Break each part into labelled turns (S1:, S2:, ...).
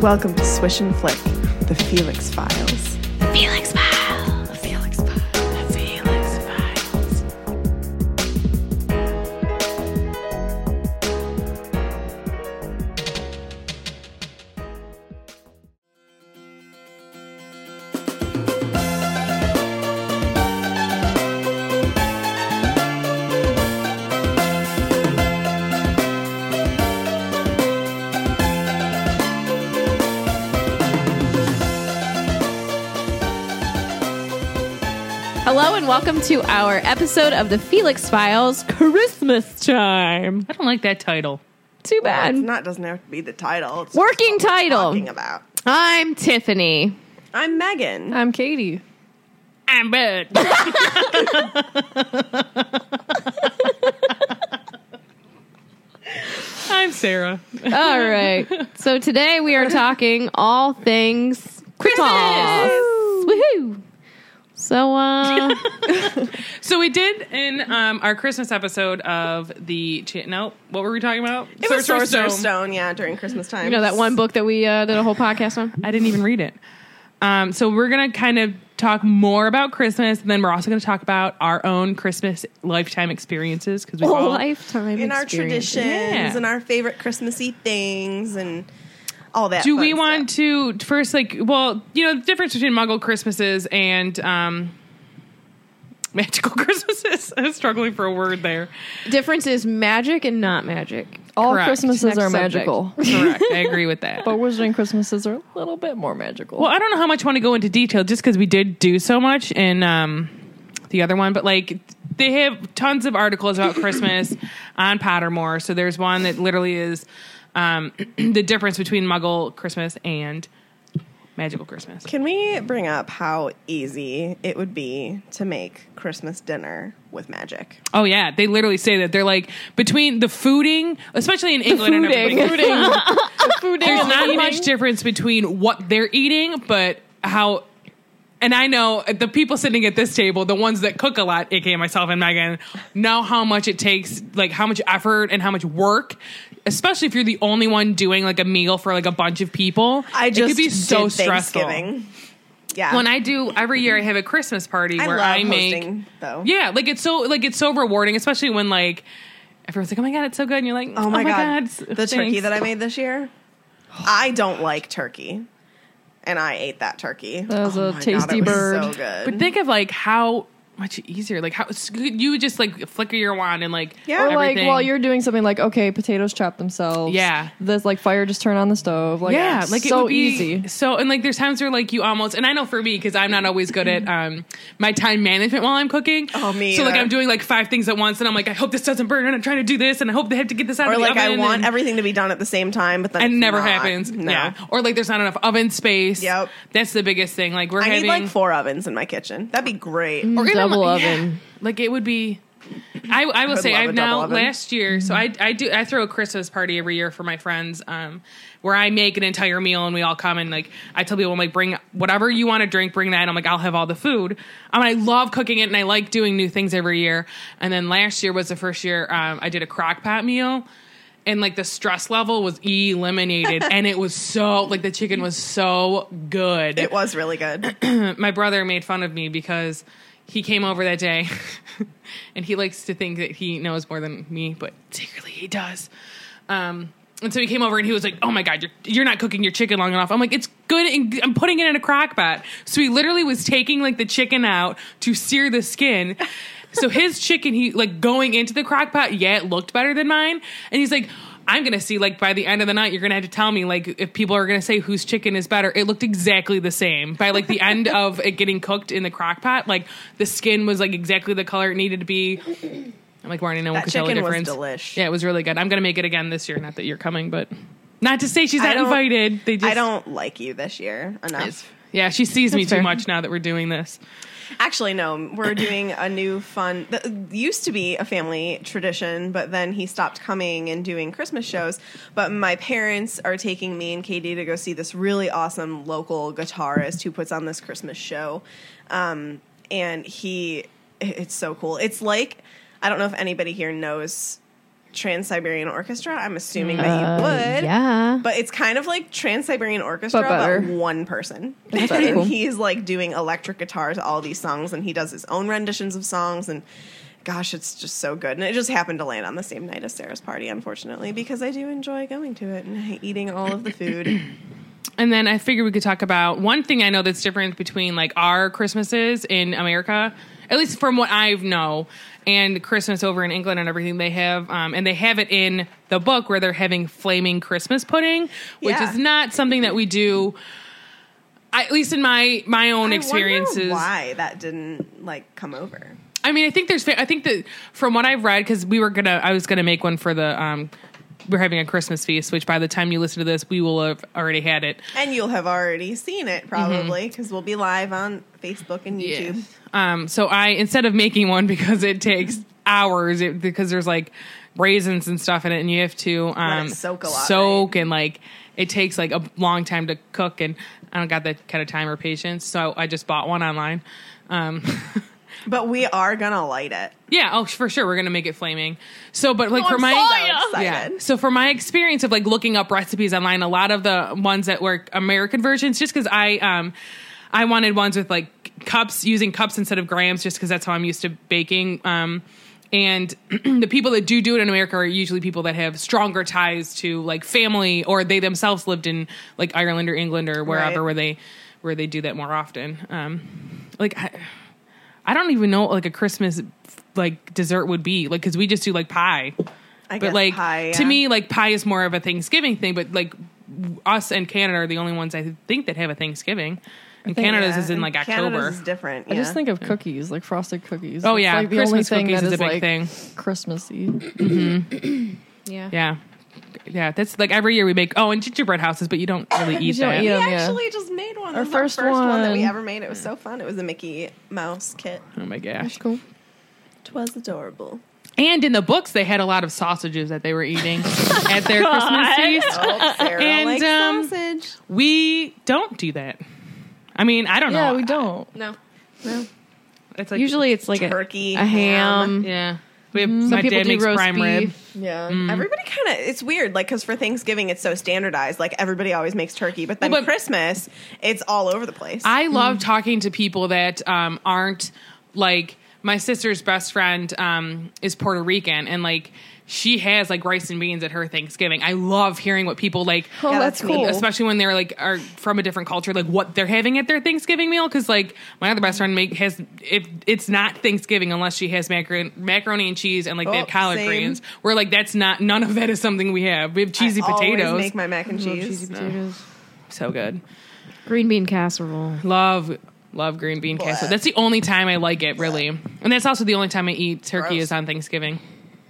S1: Welcome to Swish and Flick, the Felix Files.
S2: Felix File. Felix File. Felix Files.
S3: Hello and welcome to our episode of the Felix Files Christmas time.
S4: I don't like that title.
S3: Too bad.
S1: It's not doesn't have to be the title. It's
S3: Working
S1: what we're
S3: title.
S1: Talking about.
S3: I'm Tiffany.
S1: I'm Megan.
S3: I'm Katie.
S4: I'm bad. I'm Sarah.
S3: All right. So today we are talking all things Christmas. Woohoo. So uh
S4: So we did in um, our Christmas episode of the cha- no, what were we talking about?
S1: It was
S4: Sorcerer's
S1: Sorcerer's
S4: Stone.
S1: Stone, yeah, during Christmas time.
S3: you know that one book that we uh, did a whole podcast on?
S4: I didn't even read it. Um, so we're gonna kind of talk more about Christmas, and then we're also gonna talk about our own Christmas lifetime experiences because we
S1: Oh
S4: all
S3: lifetime
S1: in our
S3: experience.
S1: traditions
S4: Yeah.
S1: and our favorite Christmassy things and all that.
S4: Do
S1: fun
S4: we
S1: stuff.
S4: want to first, like, well, you know, the difference between Muggle Christmases and um, magical Christmases? I was struggling for a word there.
S3: Difference is magic and not magic.
S5: All
S4: Correct.
S5: Christmases
S3: Next
S5: are
S3: subject.
S5: magical.
S4: Correct. I agree with that.
S5: but wizarding Christmases are a little bit more magical.
S4: well, I don't know how much I want to go into detail just because we did do so much in um, the other one, but like, they have tons of articles about Christmas on Pottermore. So there's one that literally is um, the difference between Muggle Christmas and magical Christmas.
S1: Can we bring up how easy it would be to make Christmas dinner with magic?
S4: Oh yeah, they literally say that they're like between the fooding, especially in England and everything. There's not much difference between what they're eating, but how. And I know the people sitting at this table, the ones that cook a lot, aka myself and Megan, know how much it takes, like how much effort and how much work, especially if you're the only one doing like a meal for like a bunch of people.
S1: I just
S4: it could be so
S1: did
S4: stressful.
S1: Thanksgiving. Yeah,
S4: When I do every year, I have a Christmas party
S1: I
S4: where
S1: love
S4: I make
S1: hosting, though.
S4: yeah, like it's so like it's so rewarding, especially when like everyone's like, "Oh my god, it's so good," and you're like,
S1: Oh my, god,
S4: it's-
S1: the turkey
S4: thanks."
S1: that I made this year. I don't like turkey, and I ate that turkey. Oh
S5: That was a
S1: my
S5: tasty
S1: it was
S5: bird.
S1: So good.
S4: But think of like how much easier, like how you would just like flicker your wand and like
S1: Yeah.
S5: Or like
S4: everything.
S5: while you're doing something like okay, potatoes chop themselves.
S4: Yeah.
S5: this like fire just turned on the stove. Like
S4: yeah, like
S5: so
S4: it would be
S5: easy.
S4: So and like there's times where like you almost and I know for me because I'm not always good at um my time management while I'm cooking.
S1: Oh, me
S4: So like
S1: either.
S4: I'm doing like five things at once and I'm like I hope this doesn't burn and I'm trying to do this and I hope they have to get this out
S1: or
S4: of the
S1: like I
S4: oven
S1: want
S4: and-
S1: everything to be done at the same time, but then
S4: and
S1: it's
S4: never
S1: not.
S4: happens.
S1: No.
S4: Yeah. Or like there's not enough oven space.
S1: Yep.
S4: That's the biggest thing. Like we're
S1: I
S4: having Mm.
S1: need like four ovens in my kitchen. That'd be great.
S4: or even, like-
S5: double oven.
S4: Like it would be I, I will
S1: would
S4: say
S1: love a
S4: I've
S1: double
S4: now
S1: oven.
S4: last year so I I do I throw a Christmas party every year for my friends um where I make an entire meal and we all come and like I tell people I'm like bring whatever you want to drink bring that I'm like I'll have all the food Um, I mean I love cooking it and I like doing new things every year and then last year was the first year um, I did a crock pot meal and like the stress level was eliminated and it was so like the chicken was so good
S1: It was really good.
S4: my brother made fun of me because he came over that day and he likes to think that he knows more than me, but secretly he does. Um, and so he came over and he was like, "Oh my god, you're you're not cooking your chicken long enough." I'm like, "It's good. And I'm putting it in a crock pot." So he literally was taking like the chicken out to sear the skin. So his chicken, he like going into the crock pot, yeah, it looked better than mine. And he's like, I'm gonna see like by the end of the night, you're gonna have to tell me like if people are gonna say whose chicken is better. It looked exactly the same by like the end of it getting cooked in the crock pot. Like the skin was like exactly the color it needed to be. I'm like, Marnie, no one
S1: That
S4: could tell the
S1: chicken was
S4: difference.
S1: delish.
S4: Yeah, it was really good. I'm gonna make it again this year. Not that you're coming, but not to say she's
S1: I
S4: not
S1: don't-
S4: invited. They just
S1: I don't like you this year
S4: It's-
S1: enough.
S4: Yeah, she sees me
S3: That's
S4: too
S3: fair.
S4: much now that we're doing this.
S1: Actually, no. We're doing a new fun. That used to be a family tradition, but then he stopped coming and doing Christmas shows. But my parents are taking me and Katie to go see this really awesome local guitarist who puts on this Christmas show, um, and he. It's so cool. It's like I don't know if anybody here knows Trans Siberian Orchestra. I'm assuming that you would.
S3: yeah.
S1: But it's kind of like Trans Siberian Orchestra,
S5: But
S1: but,
S5: better.
S1: one person.
S5: That's pretty
S1: and
S5: cool.
S1: he's like doing electric guitar to all these songs, and he does his own renditions of songs. And gosh, it's just so good. And it just happened to land on the same night as Sarah's party, unfortunately, because I do enjoy going to it and eating all of the food.
S4: And then I figured we could talk about one thing I know that's different between like our Christmases in America, at least from what I know, and Christmas over in England and everything they have. Um, and they have it in the book where they're having flaming Christmas pudding, which
S1: Yeah.
S4: is not something that we do. I, at least in my my own
S1: I wonder
S4: experiences,
S1: why that didn't like come over?
S4: I mean, I think there's. I think that from what I've read, because we were gonna, I was gonna make one for the. um We're having a Christmas feast, which by the time you listen to this, we will have already had it.
S1: And you'll have already seen it
S5: Mm-hmm.
S1: probably because we'll be live on Facebook and YouTube.
S4: Um. So I instead of making one because it takes hours, it, because there's like raisins and stuff in it, and you have to
S1: Let it
S4: um
S1: soak a lot,
S4: soak and like it takes like a long time to cook, and I don't got that kind of time or patience. So I just bought one online. Um.
S1: But we are gonna light it.
S4: Yeah, oh for sure, we're gonna make it flaming. So, but like for my
S1: Oh, so
S4: yeah.
S1: excited.
S4: So for my experience of like looking up recipes online, a lot of the ones that were American versions, just because I um I wanted ones with like cups using cups instead of grams, just because that's how I'm used to baking. Um, and the people that do do it in America are usually people that have stronger ties to like family, or they themselves lived in like Ireland or England or wherever
S1: Right.
S4: where they where they do that more often. Um, like. I, I don't even know what like a Christmas like dessert would be like because we just do like pie,
S1: I
S4: but
S1: guess
S4: like
S1: pie,
S4: to
S1: yeah.
S4: me like pie is more of a Thanksgiving thing. But like w- us and Canada are the only ones I think that have a Thanksgiving, and Canada's
S1: Yeah,
S4: is in
S1: and
S4: like
S1: Canada's
S4: October.
S1: is different.
S5: I just
S1: yeah.
S5: think of cookies, like frosted cookies.
S4: Oh,
S5: It's,
S4: yeah.
S5: like the
S4: Christmas
S5: only thing
S4: cookies
S5: that
S4: is a big
S5: like
S4: thing.
S5: Christmassy.
S3: Yeah.
S4: yeah, yeah. That's like every year we make oh and gingerbread houses, but you don't really eat
S5: don't
S4: that.
S5: eat
S1: We
S5: Yeah.
S1: actually just made one.
S5: Our
S1: This is
S5: first
S1: first one. that we
S5: one.
S1: ever made. It was so fun. It was a Mickey Mouse kit.
S4: Oh my gosh!
S5: cool.
S1: It was adorable.
S4: And in the books, they had a lot of sausages that they were eating at their Christmas feast.
S1: Oh, Sarah
S4: And,
S1: likes
S4: um,
S1: sausage.
S4: We don't do that. I mean, I don't
S5: Yeah,
S4: know.
S5: we don't.
S1: No, no.
S4: It's like
S3: Usually it's like a-
S1: Turkey,
S3: a ham.
S4: yeah. We
S5: mm,
S4: have,
S3: Some
S4: my
S3: people
S4: dad
S3: do
S4: makes
S3: roast
S4: prime rib.
S3: beef.
S1: Yeah, everybody kind of. It's weird, like because for Thanksgiving it's so standardized. Like everybody always makes turkey, but then
S4: Well, but-
S1: Christmas it's all over the place.
S4: I
S1: Mm.
S4: love talking to people that um, aren't like my sister's best friend um, is Puerto Rican and like she has like rice and beans at her Thanksgiving. I love hearing what people like,
S5: Oh,
S1: Yeah,
S5: that's
S1: that's neat.
S5: cool.
S4: especially when they're like are from a different culture, like what they're having at their Thanksgiving meal. Because like my other best friend make has if it's not Thanksgiving unless she has macaroni, macaroni and cheese and like they
S1: Oh,
S4: have collard
S1: same.
S4: greens. We're like that's not none of that is something we have. We have cheesy
S1: I always
S4: potatoes,
S1: Make my mac and cheese.
S3: potatoes.
S4: so good.
S3: Green bean casserole.
S4: Love love green bean casserole. That's the only time I like it really, and that's also the only time I eat turkey
S1: Gross.
S4: is on Thanksgiving.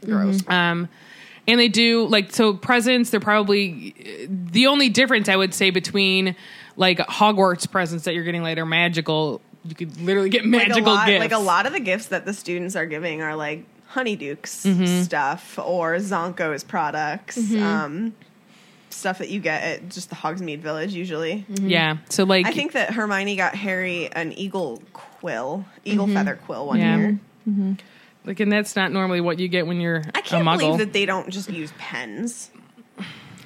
S1: Gross.
S4: Um, and they do like so presents. They're probably the only difference I would say between like Hogwarts presents that you're getting later, magical. You could literally get
S1: Like
S4: magical
S1: a lot,
S4: gifts.
S1: like a lot of the gifts that the students are giving are like Honeydukes stuff or Zonko's products, um, stuff that you get at just the Hogsmeade Village usually.
S4: Yeah. So like
S1: Mm-hmm. I think that Hermione got Harry an eagle quill, eagle feather quill one
S4: Mm-hmm. Yeah. Mm-hmm.
S1: year.
S4: like and that's not normally what you get when you're
S1: I can't
S4: a muggle.
S1: believe that they don't just use pens.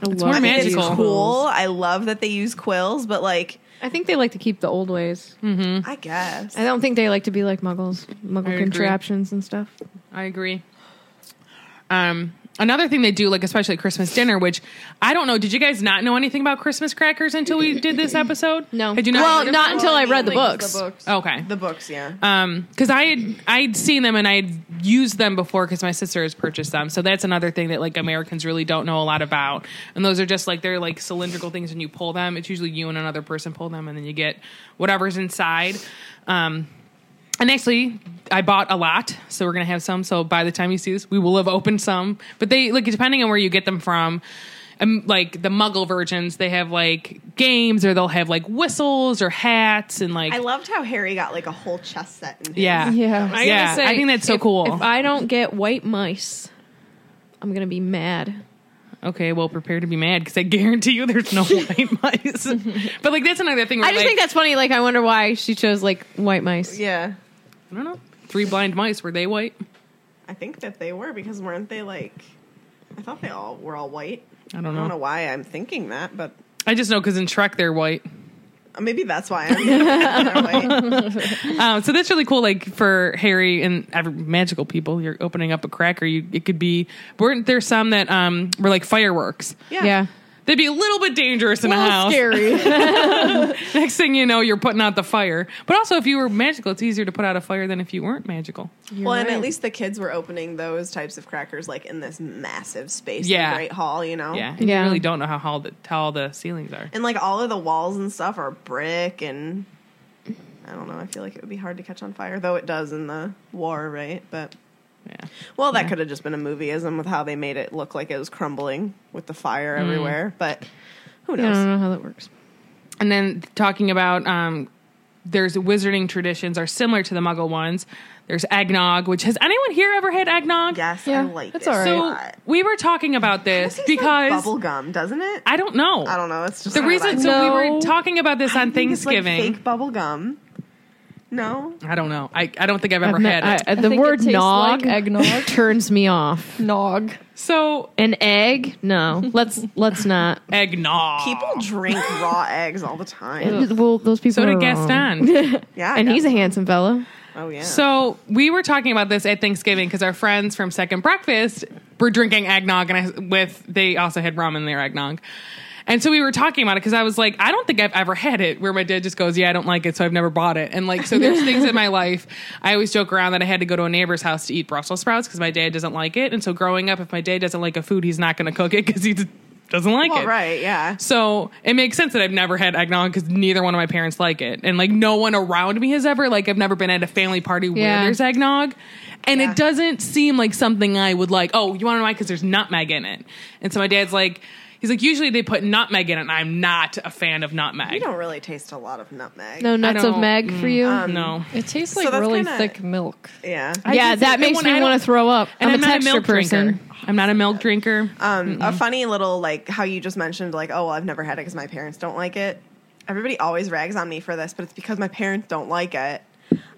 S3: It's
S4: more
S1: I think it's
S4: Magical.
S1: cool. I love that they use quills, but like,
S3: I think they like to keep the old ways.
S4: Mm.
S1: I guess
S3: I don't think they like to be like muggles, muggle
S4: agree.
S3: contraptions and stuff.
S4: I agree. Um, another thing they do, like especially at Christmas dinner, which I don't know. Did you guys not know anything about Christmas crackers until we did this episode?
S3: No.
S4: Had you not?
S3: well, not until I read the
S1: Links
S3: books.
S4: Okay. Uh,
S1: the books. Yeah,
S4: Um, because I had I had seen them and I had I've used them before because my sister has purchased them. So that's another thing that like Americans really don't know a lot about. And those are just like they're like cylindrical things, and you pull them. It's usually you and another person pull them, and then you get whatever's inside. Um, and actually, I bought a lot, so we're gonna have some. So by the time you see this, we will have opened some. But they like depending on where you get them from. Um, like the Muggle versions, they have like games, or they'll have like whistles or hats, and like
S1: I loved how Harry got like a whole chess set. In his.
S4: yeah,
S5: Yeah.
S4: I, yeah. I think that's so
S3: if-
S4: cool.
S3: If I don't get white mice, I'm gonna be mad.
S4: Okay, well, prepare to be mad because I guarantee you there's no white mice. but like that's another thing. Where,
S3: I just
S4: like,
S3: think that's funny. Like, I wonder why she chose like white mice.
S1: yeah.
S4: I don't know. Three blind mice were they white?
S1: I think that they were because weren't they like? I thought they all were all white.
S4: I don't
S1: I don't know
S4: know.
S1: why I'm thinking that, but
S4: I just know because in Trek they're white.
S1: maybe that's why I'm they're white.
S4: Um, so that's really cool. Like for Harry and every, magical people, you're opening up a cracker. You it could be weren't there some that um were like fireworks?
S1: Yeah.
S3: yeah.
S4: They'd be a little bit dangerous in a house.
S5: scary.
S4: Next thing you know, you're putting out the fire. But also, if you were magical, it's easier to put out a fire than if you weren't magical.
S1: well, and
S5: right.
S1: at least the kids were opening those types of crackers like in this massive space, yeah,
S4: Yeah.
S1: great hall, you know,
S4: Yeah, and
S3: Yeah.
S4: you really don't know how tall the, how the ceilings are.
S1: and like all of the walls and stuff are brick and. I don't know. I feel like it would be hard to catch on fire, though it does in the war, right? But
S4: Yeah.
S1: well, that could have just been a movieism with how they made it look like it was crumbling with the fire
S4: Mm.
S1: everywhere. But who
S3: I
S1: knows?
S3: don't know how that works.
S4: And then talking about um, there's wizarding traditions are similar to the Muggle ones. There's eggnog, which has anyone here ever had eggnog?
S1: Yes,
S5: Yeah,
S1: I like
S5: that's
S1: it.
S5: all right.
S1: a
S4: So
S1: lot.
S4: we were talking about this because
S1: bubble gum, doesn't it?
S4: I don't know.
S1: I don't know. It's just
S4: The
S1: what
S4: reason
S1: I
S4: so we
S3: No.
S4: were talking about this on
S1: think it's, like,
S4: Thanksgiving.
S1: fake bubble gum. No,
S4: I don't know. I, I don't think I've ever
S3: I've
S4: had
S3: met-
S4: it.
S3: I- the
S5: think it
S3: word
S5: tastes
S3: nog
S5: like eggnog.
S3: turns me off.
S5: Nog.
S4: so
S3: An egg? No. Let's let's not.
S4: eggnog.
S1: people drink raw eggs all the time.
S3: well, those people.
S4: so
S3: are
S4: did
S3: wrong.
S4: Gaston.
S1: Yeah, I
S3: and he's a
S1: guess.
S3: handsome fellow.
S1: oh yeah.
S4: So we were talking about this at Thanksgiving because our friends from Second Breakfast were drinking eggnog, and I, with they also had rum in their eggnog. And so we were talking about it because I was like, I don't think I've ever had it. Where my dad just goes, Yeah, I don't like it, so I've never bought it. And like, so there's things in my life. I always joke around that I had to go to a neighbor's house to eat Brussels sprouts because my dad doesn't like it. And so growing up, if my dad doesn't like a food, he's not going to cook it because he d- doesn't like
S1: well,
S4: it.
S1: right, yeah.
S4: So it makes sense that I've never had eggnog because neither one of my parents like it, and like no one around me has ever like I've never been at a family party where
S3: Yeah.
S4: there's eggnog, and
S1: Yeah.
S4: it doesn't seem like something I would like. Oh, you want to know why? Because there's nutmeg in it, and so my dad's like, he's like, usually they put nutmeg in it, and I'm not a fan of nutmeg.
S1: You don't really taste a lot of nutmeg.
S3: No nuts of
S4: don't-
S3: Meg for you.
S4: no,
S5: Mm. It tastes like
S1: that's
S5: really
S1: kinda-
S5: thick milk.
S1: Yeah.
S3: yeah,
S4: just-
S3: that makes
S4: and when
S3: me
S4: I don't-
S3: want to throw up.
S4: and
S3: I'm,
S4: I'm,
S3: a
S4: not a
S3: texture
S4: milk
S3: person. Uh,
S4: drinker. I'm not a milk drinker.
S1: Um, a funny little like how you just mentioned like oh well I've never had it because my parents don't like it. Everybody always rags on me for this, but it's because my parents don't like it.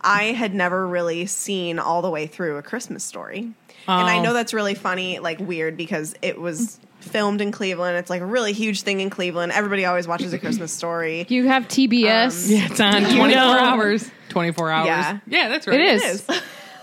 S1: I had never really seen all the way through a Christmas story, and I
S4: Oh.
S1: know that's really funny, like weird because it was filmed in Cleveland. It's like a really huge thing in Cleveland. Everybody always watches a Christmas story.
S3: You have TBS.
S4: yeah, it's on 24 hours. 24 hours.
S1: Yeah.
S4: Yeah, that's right.
S3: It is.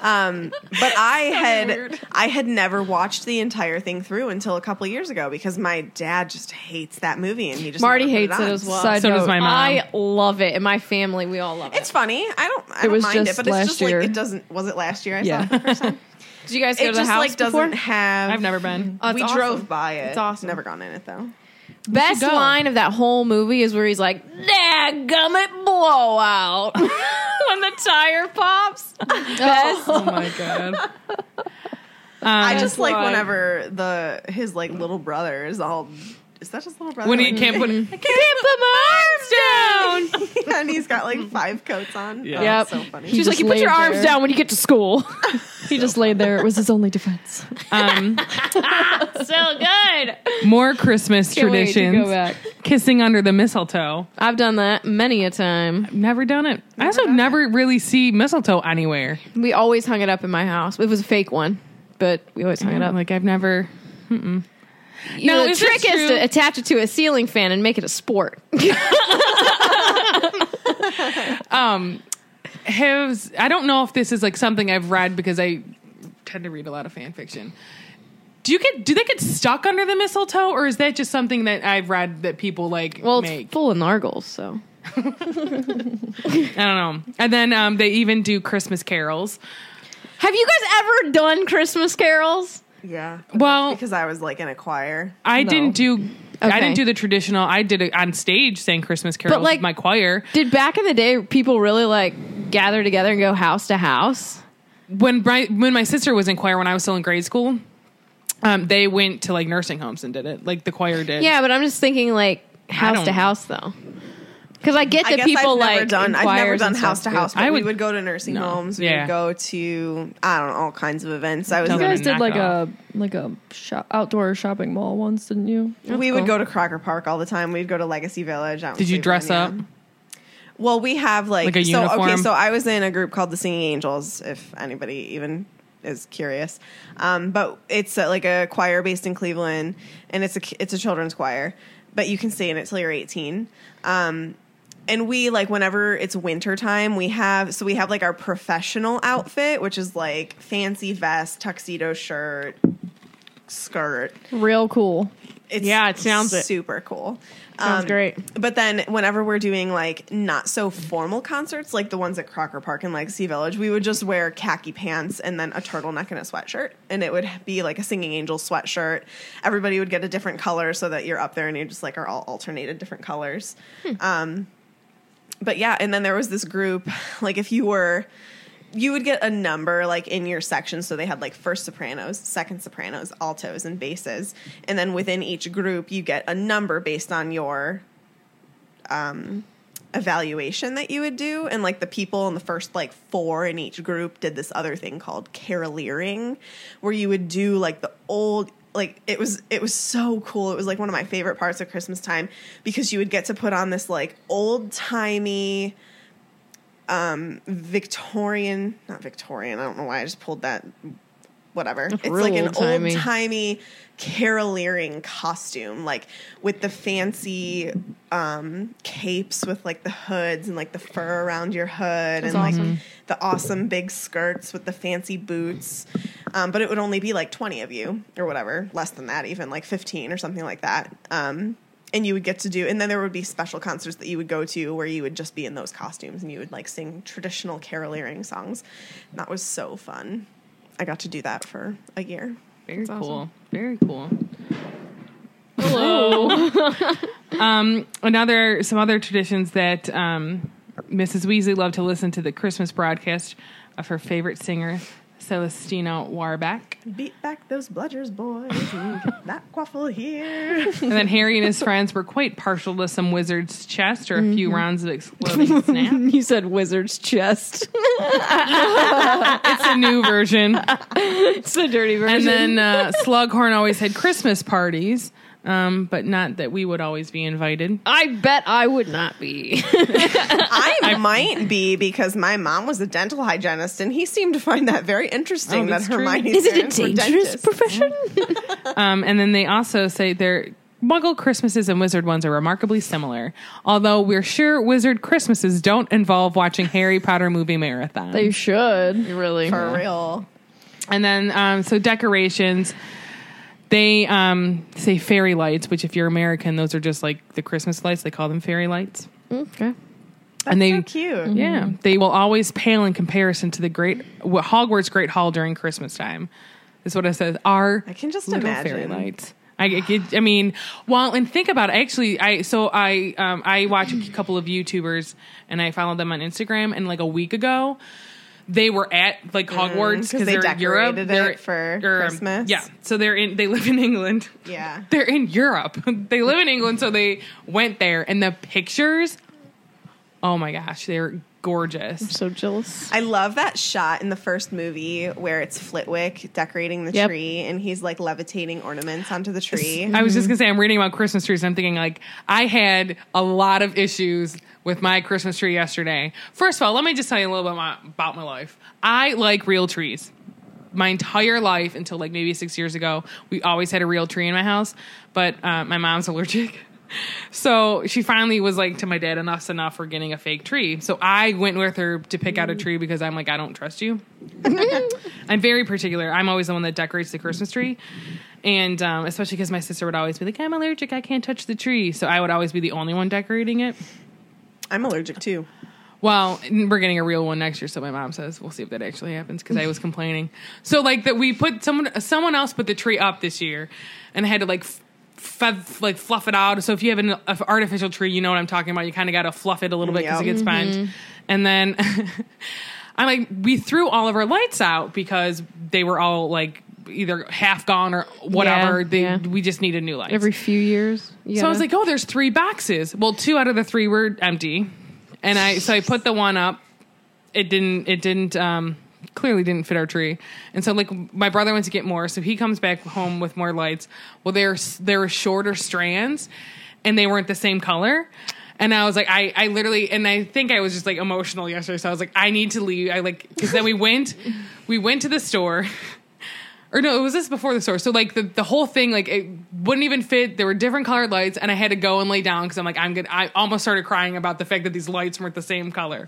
S1: But I had
S4: weird.
S1: I had never watched the entire thing through until a couple years ago because my dad just hates that movie and he just
S3: Marty
S1: never put
S3: hates it
S1: on.
S3: as well.
S5: Side
S4: So does
S5: note,
S4: my mom.
S3: I love it. And my family, we all love it.
S1: It's funny. I don't. I don't
S5: was
S1: mind it,
S5: just
S1: but it's
S5: last
S1: just
S5: year.
S1: like it doesn't. Was it last year? I
S5: Yeah.
S1: saw it the first time.
S3: Did you guys go
S1: it
S3: to the
S1: just
S3: house
S1: like
S3: before?
S1: doesn't have.
S4: I've never been.
S3: Oh, it's
S1: we
S3: awesome.
S1: drove by it.
S3: It's awesome.
S1: Never gone in it though.
S3: Best
S4: go.
S3: line of that whole movie is where he's like, "Dadgummit blowout," when the tire pops. Best.
S4: Oh my god.
S1: I just like
S4: why.
S1: whenever the his like little brother is all. Is that his little brother?
S4: When he
S1: Like,
S4: can't put
S3: Put my arms down.
S1: and he's got like five coats on. Yeah.
S3: Yep.
S1: so funny.
S3: She's like,
S5: just
S3: "You put
S5: laid
S3: your arms
S5: there.
S3: down when you get to school."
S5: He just laid there. It was his only defense.
S4: um,
S3: so good.
S4: more Christmas
S5: Can't wait to
S4: traditions.
S5: go back.
S4: Kissing under the mistletoe.
S3: I've done that many a time.
S4: Never done it. I also never really see mistletoe anywhere.
S3: We always hung it up in my house. It was a fake one, but we always hung it up.
S4: Like I've never.
S3: You know,
S4: Now,
S3: the
S4: is it
S3: trick is
S4: true-
S3: to attach it to a ceiling fan and make it a sport.
S4: Have I don't know if this is like something I've read because I tend to read a lot of fan fiction. Do you get do they get stuck under the mistletoe or is that just something that I've read that people like
S3: Well,
S4: make?
S3: it's full of nargles, so
S4: I don't know. And then um, they even do Christmas carols.
S3: Have you guys ever done Christmas carols?
S1: Yeah.
S4: Well,
S1: Because I was like in a choir.
S4: I didn't do. I
S3: Okay.
S4: didn't do the traditional. I did it on stage sang Christmas carols
S3: like-
S4: with my choir.
S3: Did back in the day people really like gather together and go house to house?
S4: When my when my sister was in choir when I was still in grade school, um, they went to like nursing homes and did it. Like the choir did.
S3: Yeah, but I'm just thinking like house to
S4: don't-
S3: house though. Because I get
S1: I
S3: that
S1: guess
S3: people
S1: I've
S3: like
S1: never done.
S3: in
S1: I've never
S3: choirs
S1: done
S3: and stuff
S1: house to
S3: do
S1: house.
S3: it.
S1: But
S4: I
S1: we
S4: would-
S1: would go to nursing
S4: no.
S1: homes. We
S4: Yeah.
S1: would go to I don't know all kinds of events. I was.
S4: Tell
S5: You
S4: them
S1: in-
S5: guys
S4: to
S5: did
S4: knock
S5: like
S4: it off.
S5: a like a shop, outdoor shopping mall once, didn't you?
S1: we
S3: cool.
S1: would go to Crocker Park all the time. We'd go to Legacy Village. out in
S4: Did you
S1: Cleveland,
S4: dress
S1: yeah.
S4: up?
S1: Well, we have like,
S4: Like a
S1: so okay.
S4: uniform?
S1: So I was in a group called the Singing Angels. If anybody even is curious, um, but it's uh like a choir based in Cleveland, and it's a it's a children's choir, but you can stay in it till you're 18. Um, and we like whenever it's winter time, we have so we have like our professional outfit, which is like fancy vest, tuxedo shirt, skirt.
S5: Real cool.
S1: It's
S3: Yeah, it sounds it.
S1: super cool. Um,
S3: Sounds great.
S1: But then whenever we're doing like not so formal concerts, like the ones at Crocker Park and Legacy Village, we would just wear khaki pants and then a turtleneck and a sweatshirt. And it would be like a Singing Angel sweatshirt. Everybody would get a different color so that you're up there and you just like are all alternated different colors. Um, but yeah, and then there was this group, like if you were you would get a number like in your section. So they had like first sopranos, second sopranos, altos, and basses. And then within each group, you get a number based on your um, evaluation that you would do. And like the people in the first like four in each group did this other thing called caroleering, where you would do like the old. Like it was, it was so cool. It was like one of my favorite parts of Christmas time because you would get to put on this like old timey, um, Victorian, not Victorian. I don't know why I just pulled that. Whatever. It's
S3: real
S1: like an
S3: old-timey.
S1: old timey caroleering costume, like with the fancy um, capes with like the hoods and like the fur around your hood and like the awesome big skirts with the fancy boots. Um, but it would only be like 20 of you or whatever, less than that, even like 15 or something like that. Um, and you would get to do and then there would be special concerts that you would go to where you would just be in those costumes and you would like sing traditional caroleering songs and that was so fun i got to do that for a year
S4: Very
S3: That's
S4: cool.
S3: awesome.
S4: Very cool. Hello. um, another some other traditions that um, Mrs. Weasley loved to listen to the Christmas broadcast of her favorite singer Celestina Warbeck,
S1: beat back those bludgers boys and get that quaffle here
S4: and then Harry and his friends were quite partial to some wizard's chest or a
S3: Mm-hmm.
S4: few rounds of exploding snap.
S3: You said wizard's chest.
S4: It's a new version.
S3: it's the dirty version.
S4: And then uh, Slughorn always had Christmas parties, um, but not that we would always be invited.
S3: I bet I would not be.
S1: I, might be because my mom was a dental hygienist and he seemed to find that very interesting
S4: Oh,
S1: that
S4: that's true.
S1: hermione
S3: profession?
S4: Um, and then they also say their Muggle Christmases and Wizard ones are remarkably similar, although we're sure Wizard Christmases don't involve watching Harry Potter movie marathon.
S5: They should.
S3: Really?
S1: for real
S4: and then, um, so decorations, they um, say fairy lights, which if you're American, those are just like the Christmas lights. They call them fairy lights.
S3: Okay.
S4: and they, Mm-hmm.
S1: so cute
S4: yeah, they will always pale in comparison to the great wh- Hogwarts Great Hall during Christmas time. Is what it says. Our
S1: I can just
S4: little fairy
S1: imagine.
S4: lights. I, I get- I mean, well, and think about it. actually. I so I um, I watch a couple of YouTubers and I follow them on Instagram. And like a week ago, they were at like Hogwarts
S1: Mm-hmm. 'cause
S4: because
S1: they
S4: they're in Europe.
S1: decorated
S4: They're-
S1: it for
S4: um,
S1: Christmas.
S4: Yeah, so they're in. They live in England
S1: yeah
S4: they're in Europe. they live in England, so they went there. And the pictures, oh my gosh, they're gorgeous.
S5: So jealous.
S1: I love that shot in the first movie where it's Flitwick decorating the
S3: Yep.
S1: tree and he's like levitating ornaments onto the tree.
S4: I was just gonna say, I'm reading about Christmas trees. And I'm thinking, like, I had a lot of issues with my Christmas tree yesterday. First of all, let me just tell you a little bit my, about my life. I like real trees. My entire life until like maybe six years ago, we always had a real tree in my house, but uh, my mom's allergic. So she finally was like to my dad, enough's enough for getting a fake tree. So I went with her to pick out a tree because I'm like, I don't trust you. I'm very particular. I'm always the one that decorates the Christmas tree. And um, especially because my sister would always be like, I'm allergic, I can't touch the tree. So I would always be the only one decorating it.
S1: I'm allergic too.
S4: Well, n- we're getting a real one next year, so my mom says we'll see if that actually happens because I was complaining. So like that we put someone someone else put the tree up this year, and I had to like. f- Fev, like fluff it out. So if you have an, a artificial tree, you know what I'm talking about. You kind of got to fluff it a little bit because
S1: Yep.
S4: it gets bent.
S3: Mm-hmm.
S4: And then I'm like, we threw all of our lights out because they were all like either half gone or whatever. they,
S3: yeah.
S4: We just needed new lights.
S3: Every few years. you
S4: So I was
S3: gotta-
S4: like, oh, there's three boxes. Well, two out of the three were empty, and I so I put the one up. It didn't. It didn't. Um, clearly didn't fit our tree, and so like my brother went to get more, so he comes back home with more lights. Well, there there were shorter strands, and they weren't the same color. And I was like, I, I literally, and I think I was just like emotional yesterday. So I was like, I need to leave. I like, because then we went, we went to the store or no, it was this before the store. So like the, the whole thing, like it wouldn't even fit. There were different colored lights, and I had to go and lay down because I'm like, I'm gonna. I almost started crying about the fact that these lights weren't the same color.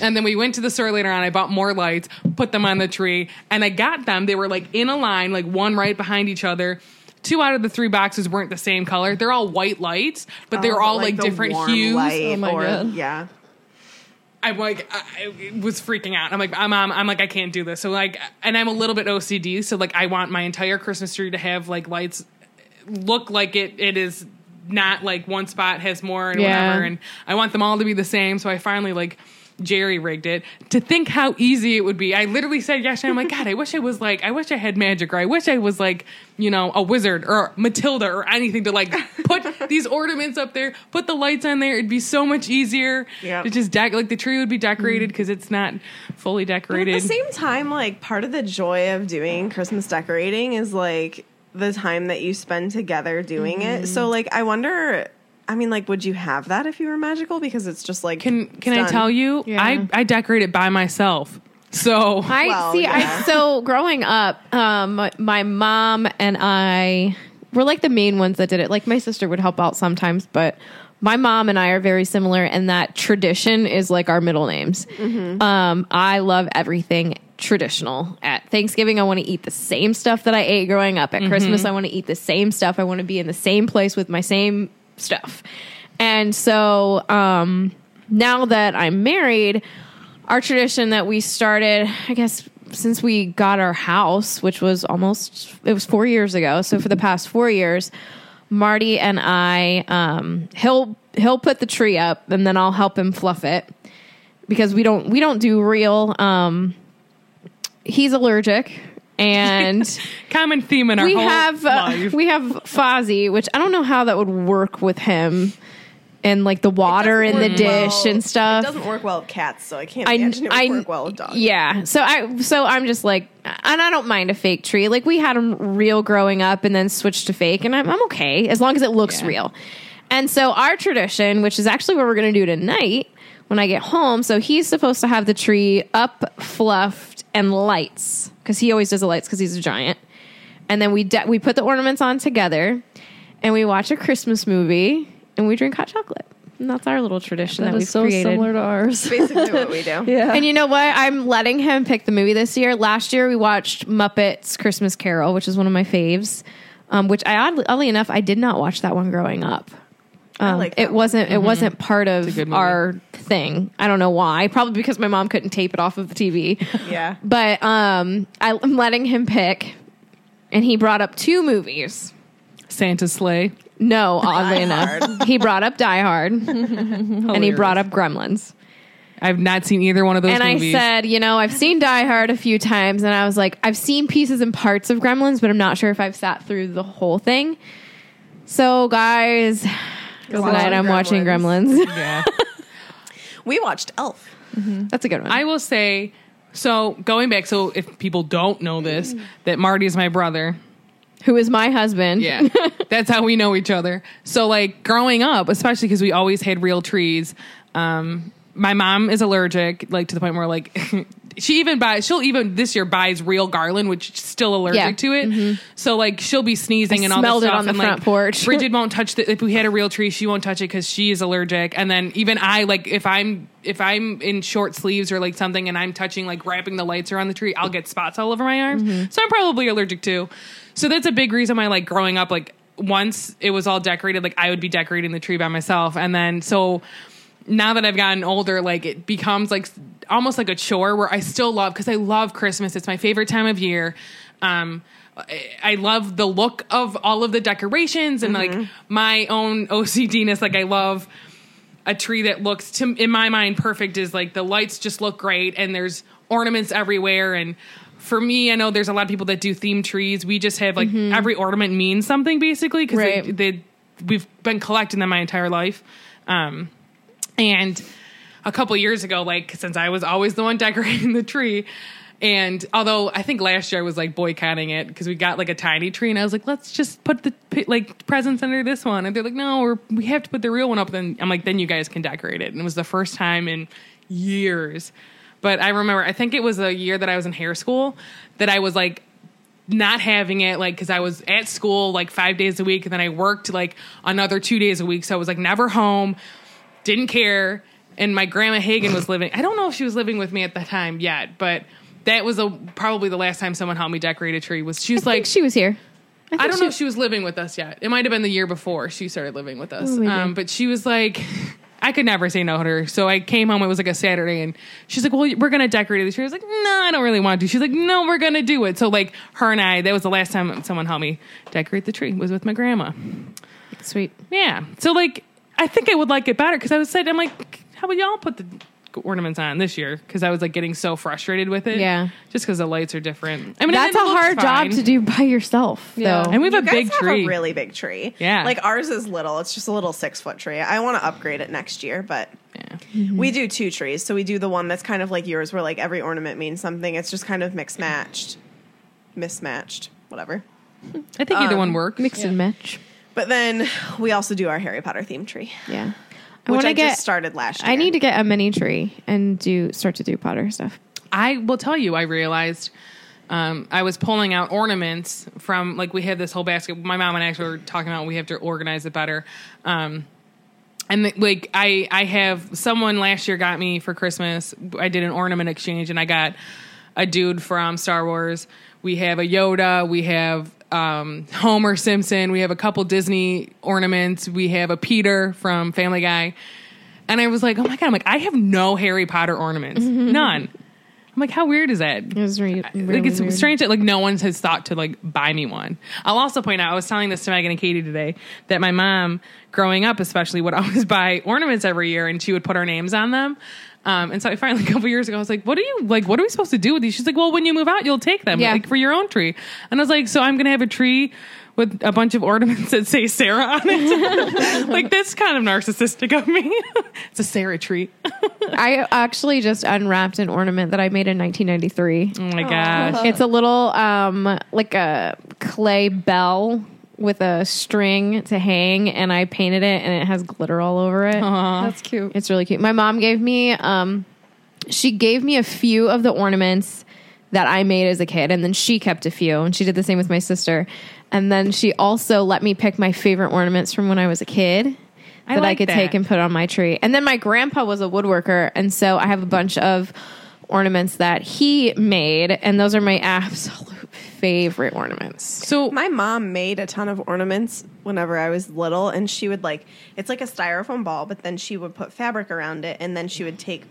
S4: and then we went to the store later on. I bought more lights, put them on the tree, and I got them. They were like in a line, like one right behind each other. Two out of the three boxes weren't the same color. They're all white lights, but they
S1: Oh,
S4: were
S1: but,
S4: all like,
S1: the
S4: different
S1: warm
S4: hues.
S1: light
S5: Oh my
S1: or-
S5: God.
S1: Yeah.
S4: I'm like, I I was freaking out. I'm like, I'm, I'm, I'm like, I can't do this. So like, and I'm a little bit OCD. So like, I want my entire Christmas tree to have like lights look like it, it is not like one spot has more and
S3: Yeah.
S4: whatever. And I want them all to be the same. So I finally like jerry rigged it to think how easy it would be. I literally said yesterday, I'm like, God, I wish I was like, I wish I had magic or I wish I was like, you know, a wizard or Matilda or anything to like put these ornaments up there, put the lights on there. It'd be so much easier.
S1: Yep.
S4: It just just dec- like the tree would be decorated
S3: Mm.
S4: because it's not fully
S1: But
S4: decorated.
S1: at the same time, like part of the joy of doing Christmas decorating is like the time that you spend together doing it. So
S4: Mm-hmm.
S1: like I wonder I mean like would you have that if you were magical? Because it's just like
S4: can can I tell you?
S3: Yeah.
S4: I I decorate it by myself. So
S3: I
S1: Well,
S3: see.
S1: yeah.
S3: I so growing up, um, my- my mom and I were like the main ones that did it. Like my sister would help out sometimes, but my mom and I are very similar in that tradition is like our middle names.
S1: Mm-hmm.
S3: Um, I love everything traditional. At Thanksgiving, I want to eat the same stuff that I ate growing up. At Christmas, I want to eat the same stuff. I want to be in the same place with my same stuff. And so um, now that I'm married, our tradition that we started, I guess, since we got our house, which was almost it was four years ago. So for the past four years, Marty and I, um, he'll he'll put the tree up, and then I'll help him fluff it because we don't we don't do real. Um, he's allergic, and
S4: common theme in our
S3: we
S4: whole
S3: have uh,
S4: life.
S3: we have Fozzie, which I don't know how that would work with him, and like the water in the dish and stuff.
S1: It doesn't work well with cats, so I can't imagine it would work well with dogs.
S3: Yeah. So I so I'm just like and I don't mind a fake tree. Like we had them real growing up and then switched to fake and I'm I'm okay as long as it looks
S4: Yeah.
S3: real. And so our tradition, which is actually what we're going to do tonight when I get home, so he's supposed to have the tree up, fluffed and lights cuz he always does the lights cuz he's a giant. And then we de- we put the ornaments on together and we watch a Christmas movie and we drink hot chocolate. And that's our little tradition that,
S5: That
S3: we've
S5: is so
S3: created.
S5: similar to ours.
S1: Basically what we do.
S5: yeah.
S3: And you know what? I'm letting him pick the movie this year. Last year we watched Muppets Christmas Carol, which is one of my faves. Um, which I oddly, oddly enough I did not watch that one growing up.
S1: I like
S3: It
S1: that.
S3: wasn't it wasn't part of
S4: Mm-hmm. good movie.
S3: our thing. I don't know why. Probably because my mom couldn't tape it off of the TV.
S1: Yeah.
S3: But um, I, I'm letting him pick, and he brought up two movies.
S4: Santa's sleigh.
S3: No, oddly enough, he brought up Die Hard, and he brought up Gremlins.
S4: I've not seen either one of those.
S3: and
S4: movies.
S3: I said, you know, I've seen Die Hard a few times, and I was like, I've seen pieces and parts of Gremlins, but I'm not sure if I've sat through the whole thing. So, guys, tonight I'm watching Gremlins.
S4: Yeah.
S1: We watched Elf.
S3: That's a good one.
S4: I will say, so going back, so if people don't know this,
S3: Mm.
S4: that Marty is my brother.
S3: Who is my husband?
S4: Yeah. That's how we know each other. So, like, growing up, especially because we always had real trees, um, my mom is allergic, like, to the point where, like, she even buys, she'll even this year buys real garland, which she's still allergic
S3: Yeah.
S4: to it. So, like, she'll be sneezing
S3: I
S4: and all
S3: smelled it
S4: this stuff.
S3: on the
S4: and,
S3: front
S4: like,
S3: porch.
S4: Bridget won't touch the, if we had a real tree, she won't touch it because she is allergic. And then even I, like, if I'm, if I'm in short sleeves or like something and I'm touching, like, wrapping the lights around the tree, I'll get spots all over my arms.
S3: Mm-hmm.
S4: So I'm probably allergic too. So that's a big reason why, like, growing up, like, once it was all decorated, like I would be decorating the tree by myself. And then so now that I've gotten older, like it becomes like s- almost like a chore where I still love because I love Christmas. It's my favorite time of year. Um, I- I love the look of all of the decorations and like my own OCDness. Like I love a tree that looks to in my mind perfect is like the lights just look great and there's ornaments everywhere and for me i know there's a lot of people that do theme trees we just have like every ornament means something basically because
S3: Right.
S4: they, they we've been collecting them my entire life um and a couple years ago like since i was always the one decorating the tree and although i think last year i was like boycotting it because we got like a tiny tree and i was like let's just put the pi- like presents under this one and they're like no we're, we have to put the real one up then i'm like then you guys can decorate it and it was the first time in years but i remember i think it was a year that i was in hair school that i was like not having it like because i was at school like five days a week and then i worked like another two days a week so i was like never home didn't care. And my grandma Hagen was living. I don't know if she was living with me at the time yet, but that was a, probably the last time someone helped me decorate a tree. Was she was
S3: I
S4: like
S3: think she was here.
S4: I don't know if she was living with us yet. It might have been the year before she started living with us.
S3: maybe.
S4: um, but she was like, I could never say no to her. So I came home. It was like a Saturday, and she's like, "Well, we're gonna decorate this year." I was like, "No, I don't really want to." She's like, "No, we're gonna do it." So like her and I, that was the last time someone helped me decorate the tree. Was with my grandma.
S3: Sweet.
S4: Yeah. So like, I think I would like it better because I was said I'm like, how would y'all put the ornaments on this year? Because I was like getting so frustrated with it.
S3: Yeah.
S4: Just because the lights are different. I mean,
S3: That's a
S4: and it looks
S3: hard
S4: fine.
S3: job to do by yourself,
S4: Yeah.
S3: though.
S4: And we have
S1: You
S4: a
S1: guys
S4: big
S1: have
S4: tree.
S1: a really big tree.
S4: Yeah.
S1: like ours is little. It's just a little six foot tree. I want to upgrade it next year, but
S3: Mm-hmm.
S1: we do two trees. So we do the one that's kind of like yours, where like every ornament means something. It's just kind of mixed matched, mismatched, whatever.
S4: I think either one works.
S3: Mix and match.
S1: But then we also do our Harry Potter theme tree,
S3: Yeah. I
S1: which
S3: want
S1: I,
S3: to get.
S1: just started last year.
S3: I need to get a mini tree and do start to do Potter stuff.
S4: I will tell you, I realized um, I was pulling out ornaments from like we had this whole basket. My mom and I actually were talking about we have to organize it better. Um, and the, like I, I have someone last year got me for Christmas. I did an ornament exchange, and I got a dude from Star Wars. We have a Yoda. We have um, Homer Simpson. We have a couple Disney ornaments. We have a Peter from Family Guy. And I was like, oh my god! I'm like, I have no Harry Potter ornaments, none. I'm like, how weird is that?
S3: It was re- really
S4: like it's
S3: weird.
S4: strange that like no one has thought to like buy me one. I'll also point out I was telling this to Megan and Katie today that my mom, growing up especially, would always buy ornaments every year and she would put her names on them. Um, and so I finally a couple years ago I was like, "What are you like? What are we supposed to do with these?" She's like, "Well, when you move out, you'll take them
S3: Yeah.
S4: like for your own tree." And I was like, "So I'm gonna have a tree." With a bunch of ornaments that say Sarah on it, like that's kind of narcissistic of me. it's a Sarah tree. Oh
S3: I actually just unwrapped an ornament that I made in 1993.
S4: my gosh!
S3: It's a little um like a clay bell with a string to hang and I painted it and it has glitter all over it.
S5: That's cute.
S3: It's really cute. My mom gave me um she gave me a few of the ornaments that I made as a kid and then she kept a few and she did the same with my sister. And then she also let me pick my favorite ornaments from when I was a kid.
S4: I
S3: That I
S4: like
S3: could
S4: that.
S3: take and put on my tree. And then my grandpa was a woodworker. And so I have a bunch of ornaments that he made. And those are my absolute favorite ornaments.
S4: So
S1: My mom made a ton of ornaments whenever I was little, and she would like it's like a styrofoam ball, but then she would put fabric around it, and then she would take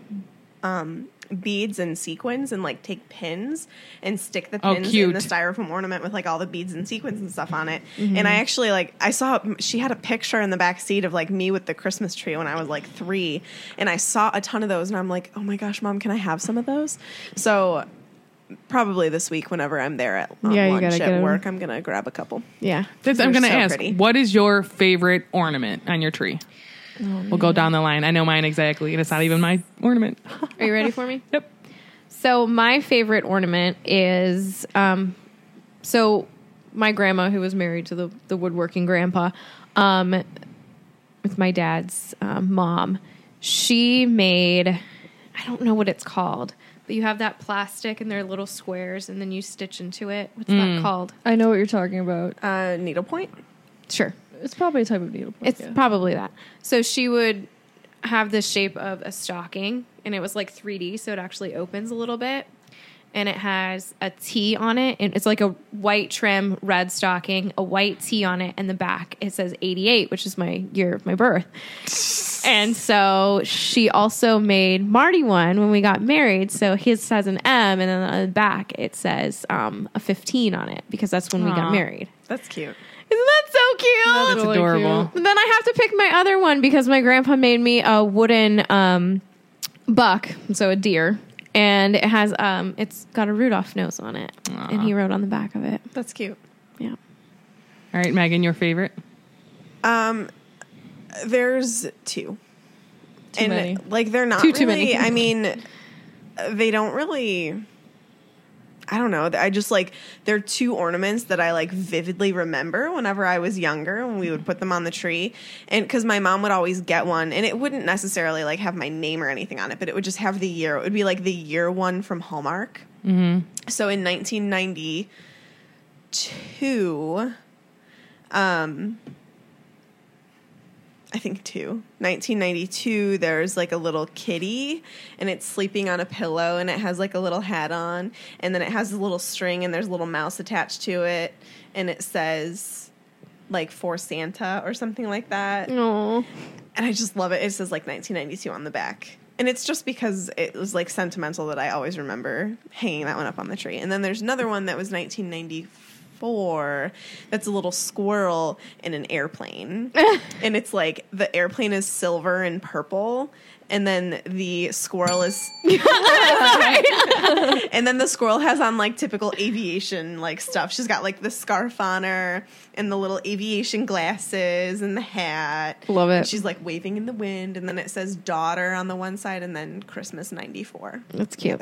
S1: um, beads and sequins and like take pins and stick the
S4: Oh,
S1: pins in
S4: cute. Mm-hmm.
S1: the styrofoam ornament with like all the beads and sequins and stuff on it. And I actually like I saw she had a picture in the back seat of like me with the Christmas tree when I was like three, and I saw a ton of those, and I'm like, oh my gosh, mom, can I have some of those? So. Probably this week, whenever I'm there at um,
S3: Yeah, you
S1: lunch
S3: gotta
S1: at
S3: get 'em.
S1: work, I'm gonna grab a couple.
S3: Yeah.
S4: That's, I'm
S1: They're
S4: going to
S1: so
S4: ask,
S1: pretty.
S4: what is your favorite ornament on your tree?
S1: Oh,
S4: we'll go down the line. I know mine exactly, and it's not even my ornament.
S3: Are you ready for me?
S4: Yep.
S3: So my favorite ornament is um so my grandma who was married to the the woodworking grandpa um with my dad's um, mom. She made I don't know what it's called, but you have that plastic and they're little squares and then you stitch into it. What's that called?
S5: I know what you're talking about.
S1: Uh, needlepoint.
S3: Sure.
S5: It's probably a type of needlepoint.
S3: It's
S5: yeah.
S3: probably that. So she would have the shape of a stocking, and it was like 3D, so it actually opens a little bit. And it has a T on it, and it's like a white trim, red stocking, a white T on it, and the back it says 88, which is my year of my birth. And so she also made Marty one when we got married. So his says an M, and then on the back it says um, a 15 on it because that's when we
S4: Aw.
S3: got married.
S1: That's cute.
S3: Isn't that so cute?
S4: That's
S5: Really
S4: adorable.
S5: cute.
S3: But then I have to pick my other one because my grandpa made me a wooden um, buck, so a deer, and it has um, it's got a Rudolph nose on it, and he wrote on the back of it.
S1: That's cute.
S3: Yeah,
S4: All right, Megan, your favorite?
S1: There's two. and
S5: many.
S1: like they're not
S3: Too,
S1: really
S3: too many.
S1: I mean they don't really I don't know. I just like they're two ornaments that I like vividly remember whenever I was younger when we would put them on the tree. And cuz my mom would always get one and it wouldn't necessarily like have my name or anything on it, but it would just have the year. It would be like the year one from Hallmark. Mm-hmm. So in 1992 um I think two. 1992, there's like a little kitty and it's sleeping on a pillow and it has like a little hat on and then it has a little string and there's a little mouse attached to it and it says like for Santa or something like that.
S3: oh,
S1: And I just love it. It says like 1992 on the back. And it's just because it was like sentimental that I always remember hanging that one up on the tree. And then there's another one that was 1994 that's a little squirrel in an airplane. and it's like the airplane is silver and purple. And then the squirrel is, and then the squirrel has on like typical aviation like stuff. She's got like the scarf on her and the little aviation glasses and the hat.
S3: Love
S1: And
S3: it.
S1: she's like waving in the wind, and then it says daughter on the one side, and then Christmas '94.
S3: that's cute.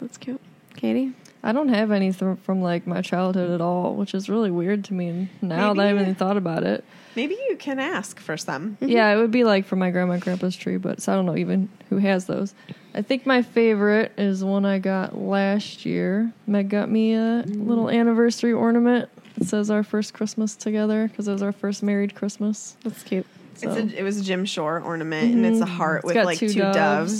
S3: That's cute, Katie.
S5: I don't have anything from like my childhood at all, which is really weird to me now that I
S1: Maybe-
S5: haven't even thought about it.
S1: Maybe you can ask for some.
S5: Yeah, it would be like from my grandma and grandpa's tree, but so I don't know even who has those. I think my favorite is one I got last year. Meg got me a little anniversary ornament. It says our first Christmas together because it was our first married Christmas.
S3: That's cute.
S5: So
S1: It's a, it was a Jim Shore ornament, and it's a heart with
S5: got
S1: like
S5: two
S1: two,
S5: doves.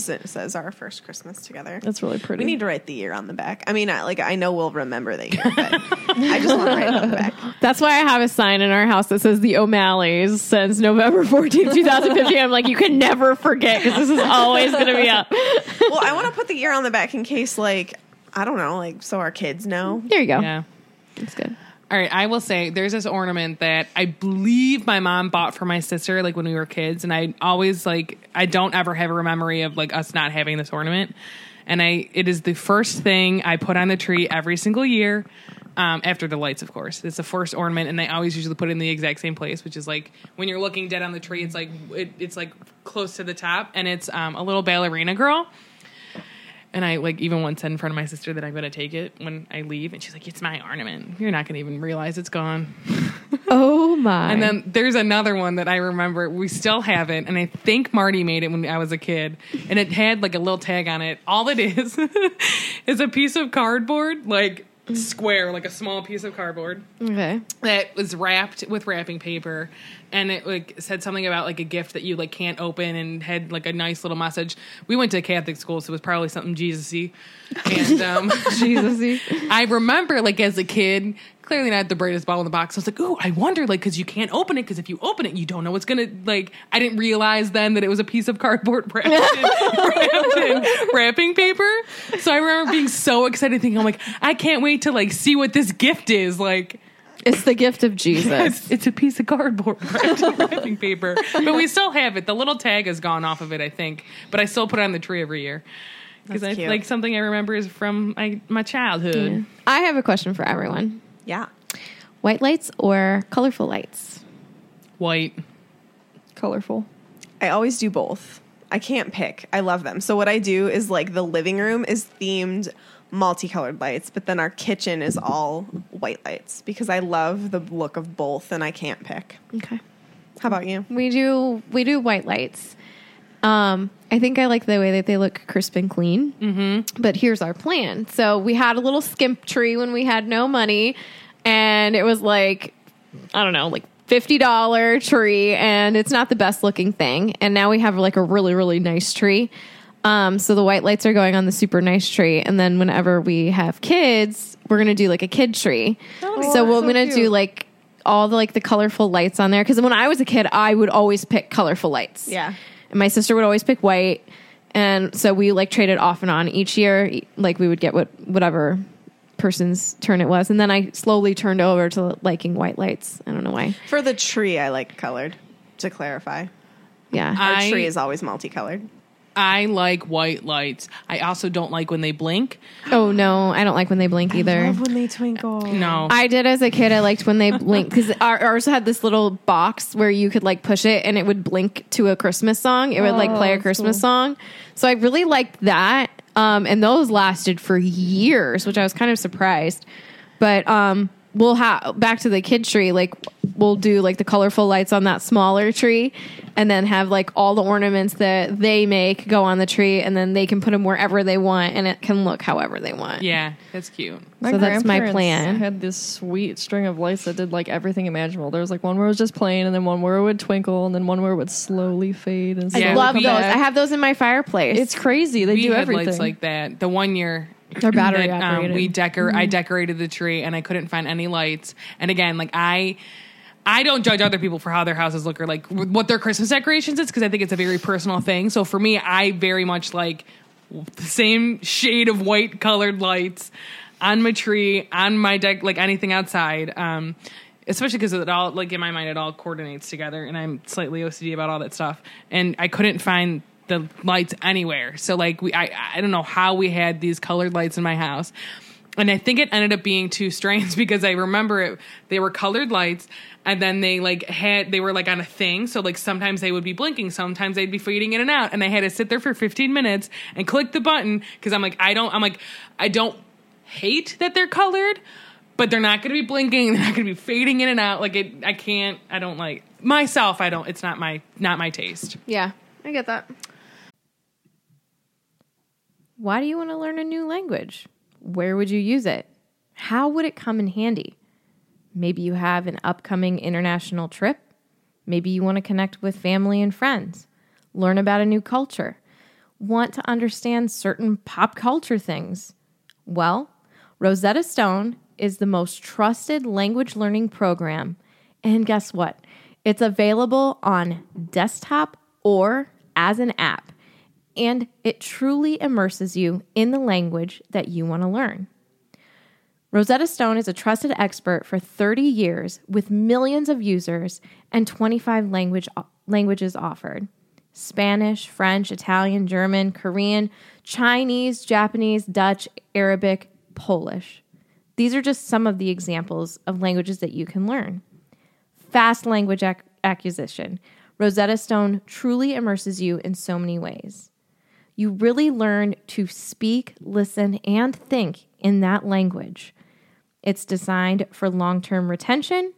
S1: doves. It says our first Christmas together.
S5: it's really pretty.
S1: we need to write the year on the back. I mean, I, like I know we'll remember the year, but I just want to write it on the back.
S3: That's why I have a sign in our house that says the O'Malleys since November 14th, 2015. I'm like, you can never forget because this is always going to be up.
S1: Well, I want to put the year on the back in case, like, I don't know, like, so our kids know.
S3: There you go.
S4: Yeah.
S3: That's good.
S4: All right, I will say there's this ornament that I believe my mom bought for my sister like when we were kids and I always like I don't ever have a memory of like us not having this ornament. And I it is the first thing I put on the tree every single year. Um, after the lights, of course, it's the first ornament, and I always usually put it in the exact same place, which is like when you're looking dead on the tree, it's like it, it's like close to the top, and it's um, a little ballerina girl, and I like even once said in front of my sister that I'm gonna take it when I leave, and she's like, "It's my ornament. You're not gonna even realize it's gone."
S3: Oh my.
S4: And then there's another one that I remember. We still have it, and I think Marty made it when I was a kid, and it had like a little tag on it. All it is is a piece of cardboard, like square, like a small piece of cardboard
S3: okay.
S4: that was wrapped with wrapping paper and it like said something about like a gift that you like can't open and had like a nice little message we went to catholic school so it was probably something jesus-y and um
S3: Jesus.
S4: i remember like as a kid clearly not the brightest ball in the box i was like oh i wonder like because you can't open it because if you open it you don't know what's gonna like i didn't realize then that it was a piece of cardboard wrapped in, wrapped in wrapping paper so i remember being so excited thinking i'm like i can't wait to like see what this gift is like
S3: It's the gift of Jesus.
S4: it's, it's a piece of cardboard wrapped in wrapping paper, but we still have it. The little tag has gone off of it, I think, but I still put it on the tree every year because I
S1: That's cute.
S4: like something I remember is from my, my childhood.
S3: I have a question for everyone.
S1: Yeah.
S3: White lights or colorful lights?
S4: White.
S5: colorful.
S1: I always do both. I can't pick. I love them. So what I do is like the living room is themed multicolored lights, but then our kitchen is all white lights because I love the look of both and I can't pick.
S3: Okay.
S1: How about you?
S3: We do we do white lights. Um, I think I like the way that they look crisp and clean. Mm-hmm. But here's our plan. So we had a little skimp tree when we had no money, and it was like I don't know, like fifty dollar tree, and it's not the best looking thing. And now we have like a really really nice tree. Um, so the white lights are going on the super nice tree, and then whenever we have kids, we're gonna do like a kid tree. so we're
S5: Oh, so
S3: gonna do
S5: cute.
S3: like all the like the colorful lights on there because when I was a kid, I would always pick colorful lights. And my sister would always pick white. And so we like traded off and on each year. e- Like we would get what whatever person's turn it was. And then I slowly turned over to liking white lights. I don't know why.
S1: For the tree, I like colored. To clarify,
S3: Yeah.
S1: our
S4: I-
S1: tree is always multicolored.
S4: I like white lights. I also don't like when they blink.
S3: oh no, I don't like when they blink either.
S1: Love when they twinkle.
S4: No.
S3: I did as a kid. I liked when they blinked because ours had this little box where you could like push it and it would blink to a Christmas song. It would like play a Christmas song. So I really liked that. Um, and those lasted for years, which I was kind of surprised. But um, we'll have back to the kid tree. Like we'll do like the colorful lights on that smaller tree, and then have like all the ornaments that they make go on the tree, and then they can put them wherever they want, and it can look however they want.
S4: yeah, that's cute.
S5: My
S3: So that's my
S5: grandparents
S3: plan.
S5: Had this sweet string of lights that did like everything imaginable. There was like one where it was just plain, and then one where it would twinkle, and then one where it would slowly fade. And slowly
S4: Yeah,
S3: Love
S4: we-
S5: come
S3: those. I
S5: back.
S3: have those in my fireplace.
S5: It's crazy. They
S4: we
S5: do
S4: had
S5: everything.
S4: lights like that. The one year
S3: They're battery
S4: that, um,
S3: operated.
S4: we decor
S5: Mm-hmm.
S4: I decorated the tree and I couldn't find any lights. And again, like I I don't judge other people for how their houses look or like wh- what their Christmas decorations is because I think it's a very personal thing. So for me, I very much like the same shade of white colored lights on my tree, on my deck, like anything outside. Um, especially because it all, like in my mind, it all coordinates together, and I'm slightly OCD about all that stuff. And I couldn't find the lights anywhere. So like we, I, I don't know how we had these colored lights in my house. And I think it ended up being two strains because I remember it. They were colored lights, and then they like had they were like on a thing. So like sometimes they would be blinking, sometimes they'd be fading in and out. And I had to sit there for 15 minutes and click the button because I'm like I don't I'm like I don't hate that they're colored, but they're not going to be blinking. They're not going to be fading in and out. Like it, I can't. I don't like myself. I don't. It's not my not my taste.
S3: yeah, I get that. Why do you want to learn a new language? Where would you use it? How would it come in handy? Maybe you have an upcoming international trip. Maybe you want to connect with family and friends, learn about a new culture, want to understand certain pop culture things. Well, Rosetta Stone is the most trusted language learning program. And guess what? It's available on desktop or as an app. And it truly immerses you in the language that you want to learn. Rosetta Stone is a trusted expert for 30 years with millions of users and 25 language, languages offered Spanish, French, Italian, German, Korean, Chinese, Japanese, Dutch, Arabic, Polish. These are just some of the examples of languages that you can learn fast language ac- acquisition. Rosetta Stone truly immerses you in so many ways. You really learn to speak, listen, and think in that language. It's designed for long term retention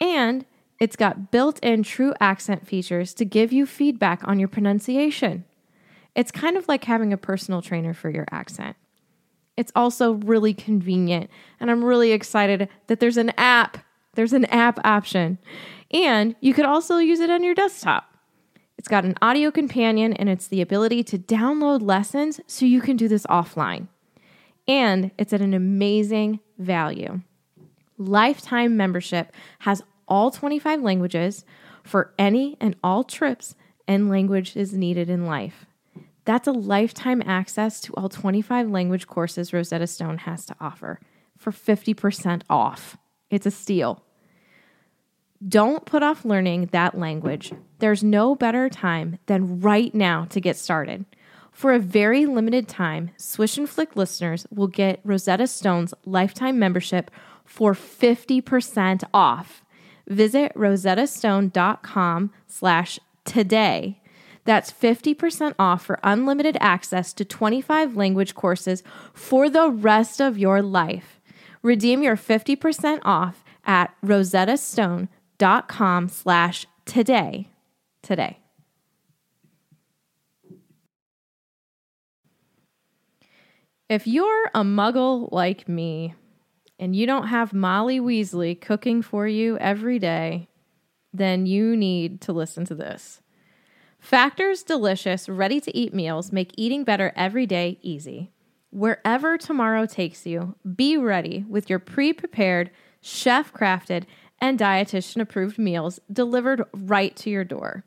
S3: and it's got built in true accent features to give you feedback on your pronunciation. It's kind of like having a personal trainer for your accent. It's also really convenient, and I'm really excited that there's an app. There's an app option. And you could also use it on your desktop. It's got an audio companion and it's the ability to download lessons so you can do this offline. And it's at an amazing value. Lifetime membership has all 25 languages for any and all trips and languages needed in life. That's a lifetime access to all 25 language courses Rosetta Stone has to offer for 50% off. It's a steal. Don't put off learning that language. There's no better time than right now to get started. For a very limited time, Swish and Flick listeners will get Rosetta Stone's lifetime membership for 50% off. Visit rosettastone.com slash today. That's 50% off for unlimited access to 25 language courses for the rest of your life. Redeem your 50% off at rosettastone.com slash today. Today. If you're a muggle like me and you don't have Molly Weasley cooking for you every day, then you need to listen to this. Factor's delicious, ready to eat meals make eating better every day easy. Wherever tomorrow takes you, be ready with your pre prepared, chef crafted, and dietitian approved meals delivered right to your door.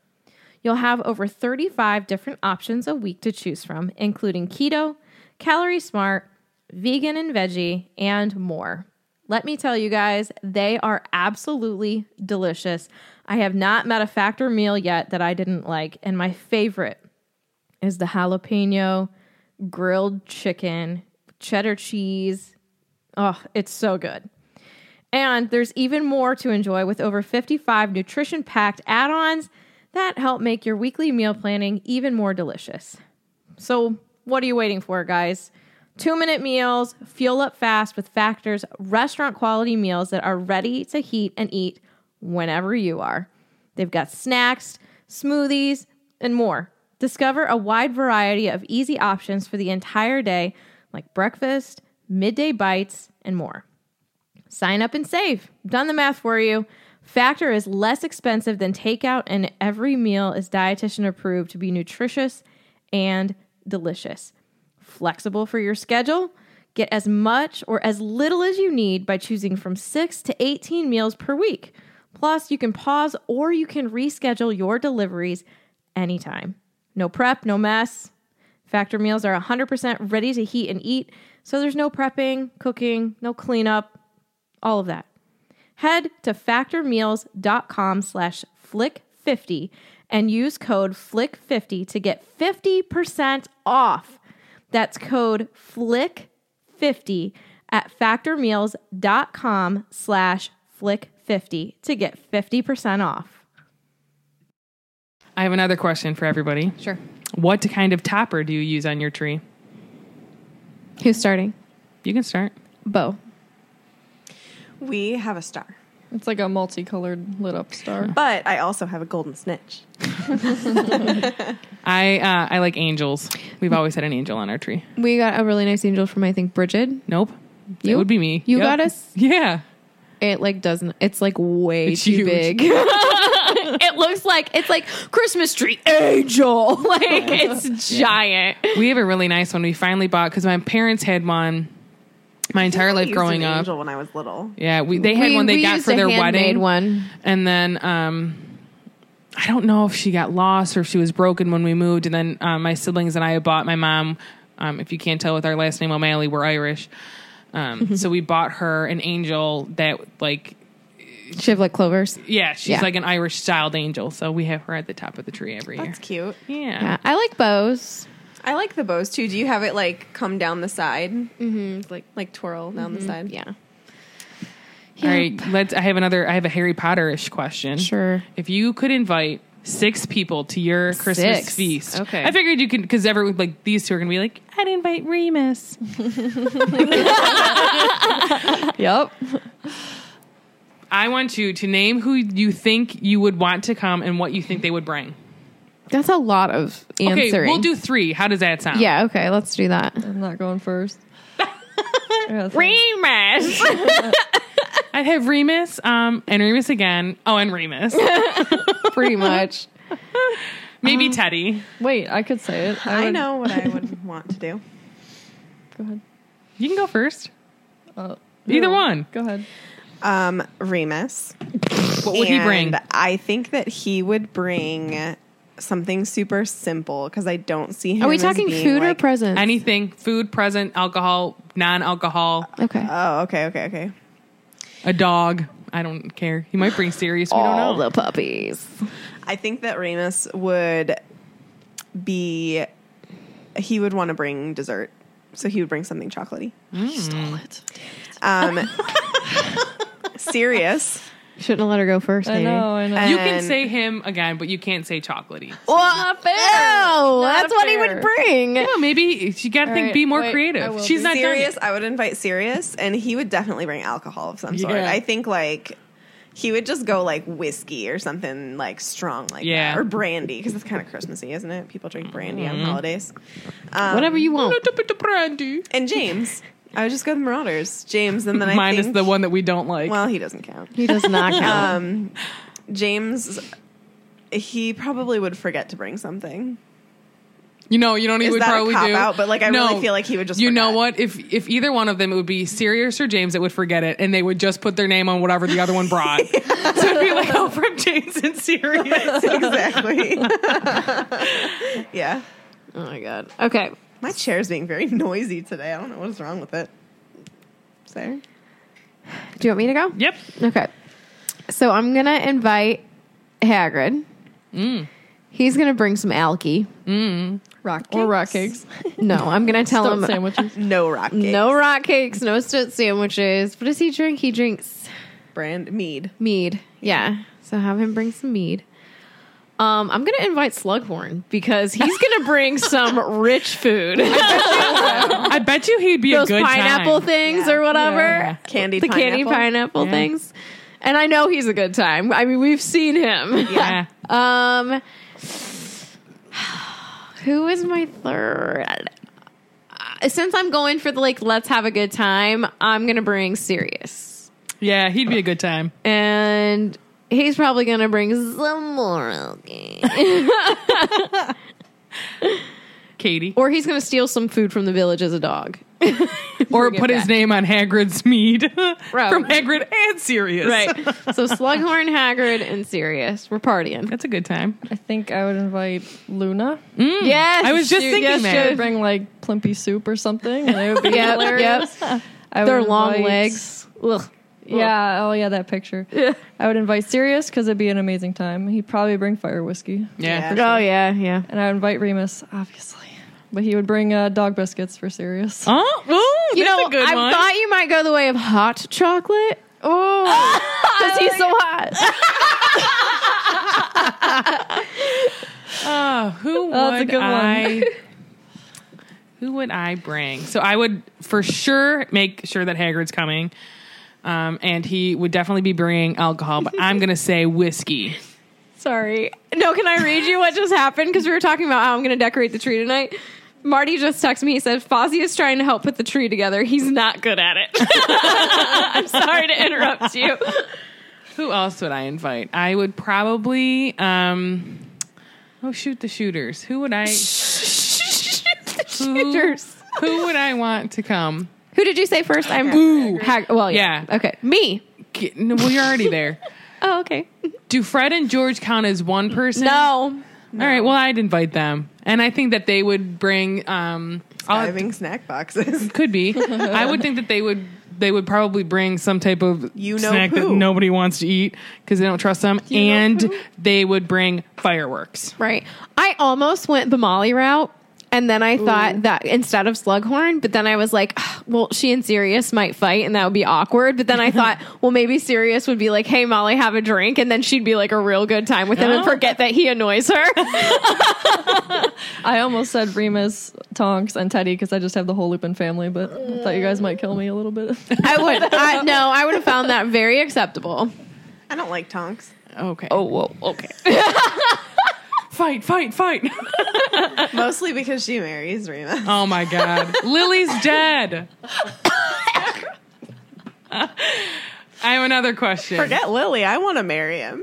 S3: You'll have over 35 different options a week to choose from, including keto, calorie smart, vegan and veggie, and more. Let me tell you guys, they are absolutely delicious. I have not met a factor meal yet that I didn't like, and my favorite is the jalapeno grilled chicken, cheddar cheese. Oh, it's so good. And there's even more to enjoy with over 55 nutrition packed add ons that help make your weekly meal planning even more delicious. So, what are you waiting for, guys? Two minute meals, fuel up fast with Factor's restaurant quality meals that are ready to heat and eat whenever you are. They've got snacks, smoothies, and more. Discover a wide variety of easy options for the entire day, like breakfast, midday bites, and more. Sign up and save. Done the math for you. Factor is less expensive than takeout, and every meal is dietitian approved to be nutritious and delicious. Flexible for your schedule. Get as much or as little as you need by choosing from 6 to 18 meals per week. Plus, you can pause or you can reschedule your deliveries anytime. No prep, no mess. Factor meals are 100% ready to heat and eat, so there's no prepping, cooking, no cleanup, all of that. Head to factormeals.com slash flick50 and use code flick50 to get 50% off. That's code flick50 at factormeals.com slash flick50 to get 50% off.
S4: I have another question for everybody.
S3: Sure.
S4: What kind of topper do you use on your tree?
S3: Who's starting?
S4: You can start.
S3: Bo.
S1: We have a star.
S5: It's like a multicolored lit up star.
S1: But I also have a golden snitch.
S4: I uh, I like angels. We've always had an angel on our tree.
S3: We got a really nice angel from I think Bridget.
S4: Nope.
S3: You?
S4: It would be me.
S3: You got us?
S4: Yeah.
S3: It like doesn't. It's like way
S4: It's
S3: too
S4: huge.
S3: big. it looks like it's like Christmas tree angel. Like it's giant.
S4: We have a really nice one. We finally bought because my parents had one my entire
S1: I
S4: life
S1: used
S4: growing
S1: an
S4: up.
S1: angel when I was little.
S4: Yeah, we they had
S3: We-
S4: one they
S3: we
S4: got
S3: used
S4: for
S3: a
S4: their
S3: handmade
S4: wedding.
S3: one.
S4: and then um, I don't know if she got lost or if she was broken when we moved. And then um, my siblings and I had bought my mom. Um, if you can't tell with our last name O'Malley, we're Irish. Um, so we bought her an angel that like
S3: She have like clovers.
S4: yeah, she's
S3: Yeah.
S4: like an Irish styled angel. So we have her at the top of the tree every
S1: That's cute.
S4: year. Yeah.
S3: Yeah, I like bows.
S1: I like the bows too. Do you have it like come down the side, Mm-hmm.
S3: It's like
S1: like twirl down the side?
S3: yeah,
S4: All right, let's. I have another. I have a Harry Potter ish question.
S3: Sure.
S4: If you could invite six people to your Christmas
S3: Six.
S4: feast,
S3: Okay.
S4: I figured you could because everyone like these two are gonna be like, I'd invite Remus.
S5: yep.
S4: I want you to name who you think you would want to come and what you think they would bring.
S3: that's a lot of answering.
S4: Okay, we'll do three. How does that sound?
S3: Yeah, okay, let's do that.
S5: I'm not going first. Yeah, that's-
S3: Remus.
S4: I'd have Remus, um, and Remus again. Oh, and Remus.
S3: Pretty much. Um,
S4: Maybe Teddy.
S5: Wait, I could say it.
S1: I
S5: would-
S1: know what I would want to do.
S5: Go ahead.
S4: You can go first.
S5: Oh,
S4: Either
S5: no.
S4: one.
S5: Go ahead.
S1: Um, Remus.
S4: What would he bring?
S1: And I think that he would bring something super simple because I don't see him.
S3: Are we
S1: as
S3: talking
S1: being,
S3: food or
S1: like-
S3: presents?
S4: Anything, food, present, alcohol, non-alcohol,
S3: okay.
S1: Oh, okay, okay, okay.
S4: a dog. I don't care. He might bring serious. We don't know.
S3: All the puppies.
S1: I think that Remus would be. He would want to bring dessert, so he would bring something chocolatey.
S4: Mm.
S1: Um, serious.
S3: Shouldn't have let her go first.
S5: I
S3: maybe.
S5: know, I know.
S1: And-
S4: You can say him again, but you can't say chocolatey.
S3: Well, ew, that's what he would
S5: fair.
S3: bring.
S4: No, maybe you got to
S5: All
S4: think.
S5: right,
S4: be more
S5: wait, I
S4: creative.
S5: will
S4: She's
S5: be.
S4: not done
S1: Sirius,
S4: yet.
S1: I would invite Sirius, and he would definitely bring alcohol of some sort.
S4: Yeah.
S1: I think like he would just go like whiskey or something like strong, like
S4: Yeah. Mm-hmm.
S1: that, or brandy because it's kind of Christmassy, isn't it? People drink brandy on holidays.
S3: Whatever you want.
S1: And James, I would just go the Marauders, James, and then I
S4: Minus
S1: think,
S4: the one that we don't like.
S1: Well, he doesn't count.
S3: He does not count.
S1: Um, James, he probably would forget to bring something.
S4: You know, you know what he
S1: Is
S4: would
S1: that a
S4: probably do.
S1: cop-out? But, like, I really feel like he would just
S4: You know
S1: forget.
S4: what? If if either one of them, it would be Sirius or James that would forget it, and they would just put their name on whatever the other one brought. So it'd be like, oh, from James and Sirius.
S1: exactly. yeah.
S3: Oh my god. Okay.
S1: My chair's being very noisy today. I don't know what's wrong with it. Sarah?
S3: Do you want me to go?
S4: yep.
S3: Okay. So I'm gonna invite Hagrid.
S5: Mm.
S3: He's gonna bring some alky.
S5: Rock Or rock cakes.
S3: No, I'm gonna tell
S5: Stuffed
S3: him
S5: sandwiches.
S1: No rock cake.
S3: no rock cakes, no stout sandwiches. What does he drink? He drinks
S1: brand mead.
S3: mead. Yeah. So have him bring some mead. Um, I'm gonna invite Slughorn because he's gonna bring some rich food.
S4: I bet you he'd be
S3: Those
S4: a good
S3: pineapple
S4: time.
S3: things or whatever.
S4: Yeah.
S1: Candied
S3: the
S1: pineapple.
S3: candy pineapple things. And I know he's a good time. I mean, we've seen him.
S4: Yeah.
S3: Um, who is my third? Uh, Since I'm going for the like, let's have a good time. I'm gonna bring Sirius,
S4: yeah, he'd be a good time.
S3: and he's probably gonna bring some more algae.
S4: Katie.
S3: or he's gonna steal some food from the village as a dog.
S4: Or
S3: bring it
S4: put his
S3: back.
S4: name on Hagrid's mead from
S3: Right.
S4: Hagrid and Sirius.
S3: Right. so Slughorn, Hagrid, and Sirius, we're partying.
S4: That's a good time.
S5: I think I would invite Luna.
S3: Yes,
S4: I was just
S3: shoot,
S4: thinking
S3: yes,
S4: that.
S3: shoot.
S5: Bring like Plimpy soup or something. And it would be
S3: Yep,
S5: hilarious.
S3: yep.
S5: I would
S3: Their long
S5: invite-
S3: legs. Ugh.
S5: Yeah. Oh, yeah. That picture. I would invite Sirius because it'd be an amazing time. He'd probably bring fire whiskey,
S4: Yeah.
S3: Oh yeah, yeah.
S5: and I would invite Remus, obviously. But he would bring uh, dog biscuits for Sirius.
S4: Oh, ooh,
S3: You
S4: that's
S3: know,
S4: a good
S3: I
S4: one.
S3: thought you might go the way of hot chocolate. Oh, because he's so hot.
S4: Uh, who would
S5: Oh, that's a good one.
S4: I? who would I bring? So I would for sure make sure that Hagrid's coming, um, and he would definitely be bringing alcohol. But I'm gonna say whiskey.
S3: Sorry. No, can I read you what just happened? Because we were talking about how I'm going to decorate the tree tonight. Marty just texted me. He said Fozzie is trying to help put the tree together. He's not good at it. I'm sorry to interrupt you.
S4: Who else would I invite? I would probably. Um, oh, shoot the shooters. Who would I? who,
S3: Shooters.
S4: who would I want to come?
S3: Who did you say first? I'm Hag- well, yeah.
S4: Yeah.
S3: Okay, me.
S4: K- No, well, you're already there.
S3: Oh, okay.
S4: Do Fred and George count as one person?
S3: No.
S4: All right. Well, I'd invite them, and I think that they would bring. Um, I'll-
S1: Diving snack boxes.
S4: could be. I would think that they would. They would probably bring some type of
S1: You know
S4: snack that
S1: who.
S4: nobody wants to eat because they don't trust them, and they would bring fireworks.
S3: Right. I almost went the Molly route. And then I thought that instead of Slughorn, but then I was like, "Ugh, well, she and Sirius might fight and that would be awkward. But then I thought, well, maybe Sirius would be like, hey, Molly, have a drink. And then she'd be like a real good time with him and
S4: No.
S3: forget that he annoys her.
S5: I almost said Remus, Tonks, and Teddy because I just have the whole Lupin family. But I thought you guys might kill me a little bit.
S3: I would. I, no, I would have found that very acceptable.
S1: I don't like tonks.
S4: Okay.
S3: Oh, whoa. Okay.
S4: fight! Fight! Fight!
S1: Mostly because she marries Remus.
S4: oh my God! Lily's dead. I have another question.
S1: Forget Lily. I want to marry him.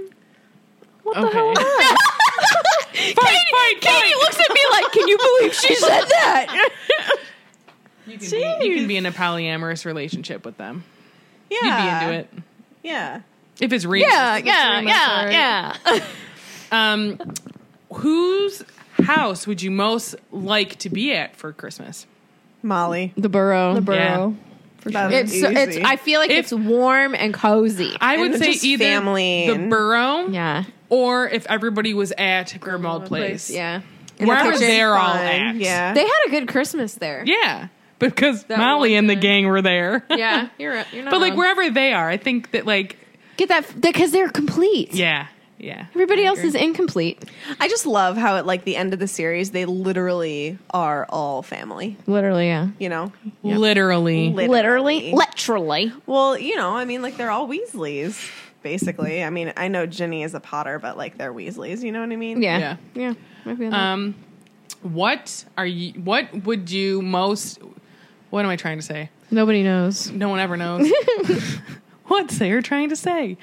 S4: okay. fight! fight!
S3: Katie looks at me like, can you believe she said that?
S4: You can, be, you can be in a polyamorous relationship with them. You'd be
S1: Yeah.
S4: into it
S1: Yeah.
S4: if it's real.
S3: Yeah, yeah, yeah,
S5: already.
S3: yeah.
S4: Um, whose house would you most like to be at for Christmas?
S1: Molly.
S3: The burrow.
S5: The burrow. For
S1: That
S5: sure.
S1: is-
S3: It's, it's.
S1: Easy.
S3: I feel like
S4: If-
S3: it's warm and cozy.
S4: I would
S1: And
S4: say
S1: just
S4: either
S1: family
S4: the
S1: and-
S4: borough,
S3: yeah,
S4: or if everybody was at Grimald Place.
S3: yeah.
S4: wherever
S1: Kitchen's
S4: they're all
S1: fun.
S4: at.
S1: Yeah.
S3: They had a good Christmas there.
S4: yeah, because Molly
S3: one
S4: and the
S3: good.
S4: gang were there.
S3: yeah. You're right. You're not.
S4: but like
S3: wrong.
S4: wherever they are, I think that like
S3: get that because they're complete.
S4: yeah, yeah.
S3: Everybody else is incomplete.
S1: I just love how at like the end of the series they literally are all family.
S3: Literally, yeah.
S1: You know,
S4: Literally,
S3: Literally, literally.
S1: Well, you know, I mean, like they're all Weasleys, basically. I mean, I know Ginny is a Potter, but like they're Weasleys. You know what I mean?
S3: Yeah, yeah. Uh,
S4: Um, what are you? What would you most? What am I trying to say?
S3: Nobody knows.
S4: No one ever knows. What's they are trying to say?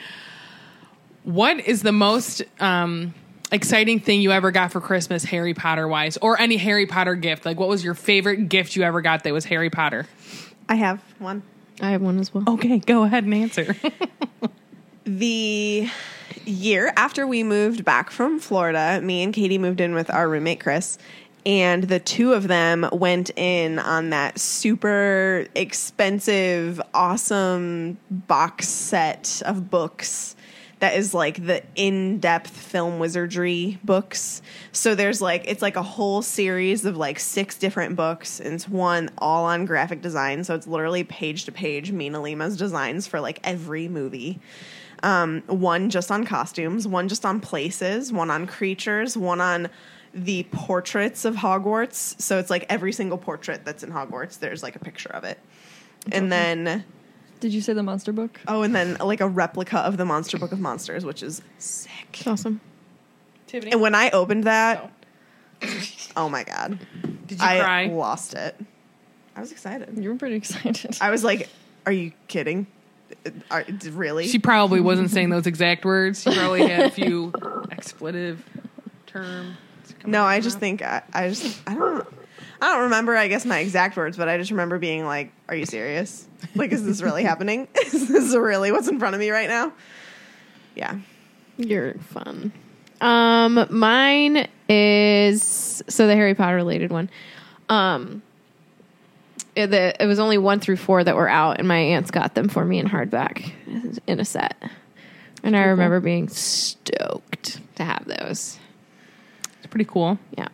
S4: What is the most um, exciting thing you ever got for Christmas, Harry Potter wise, or any Harry Potter gift? Like, what was your favorite gift you ever got that was Harry Potter?
S1: I have one.
S3: I have one as well.
S4: Okay, go ahead and answer.
S1: the year after we moved back from Florida, me and Katie moved in with our roommate Chris, and the two of them went in on that super expensive, awesome box set of books that is like the in-depth film wizardry books. So there's like it's like a whole series of like six different books and it's one all on graphic design. So it's literally page to page Mina Lima's designs for like every movie um, one just on costumes, one just on places, one on creatures, one on the portraits of Hogwarts. So it's like every single portrait that's in Hogwarts, there's like a picture of it. And then,
S5: Did you say the monster book?
S1: oh, and then like a replica of the Monster Book of Monsters, which is sick.
S3: Awesome.
S4: Tiffany,
S1: And when I opened that, oh my God,
S4: did you
S1: I
S4: cry?
S1: lost it. I was excited.
S5: You were pretty excited.
S1: I was like, are you kidding? Uh, Are, really?
S4: She probably wasn't saying those exact words. She probably had a few expletive term.
S1: No, I just think I, I just I don't I don't remember I guess my exact words, but I just remember being like, "Are you serious? Like, is this really happening? Is this really what's in front of me right now?" Yeah,
S3: You're fun. Um, mine is so the Harry Potter related one. Um, it, the, it was only one through four that were out, and my aunts got them for me in hardback in a set. And I remember being stoked to have those.
S4: It's pretty cool.
S3: Yeah.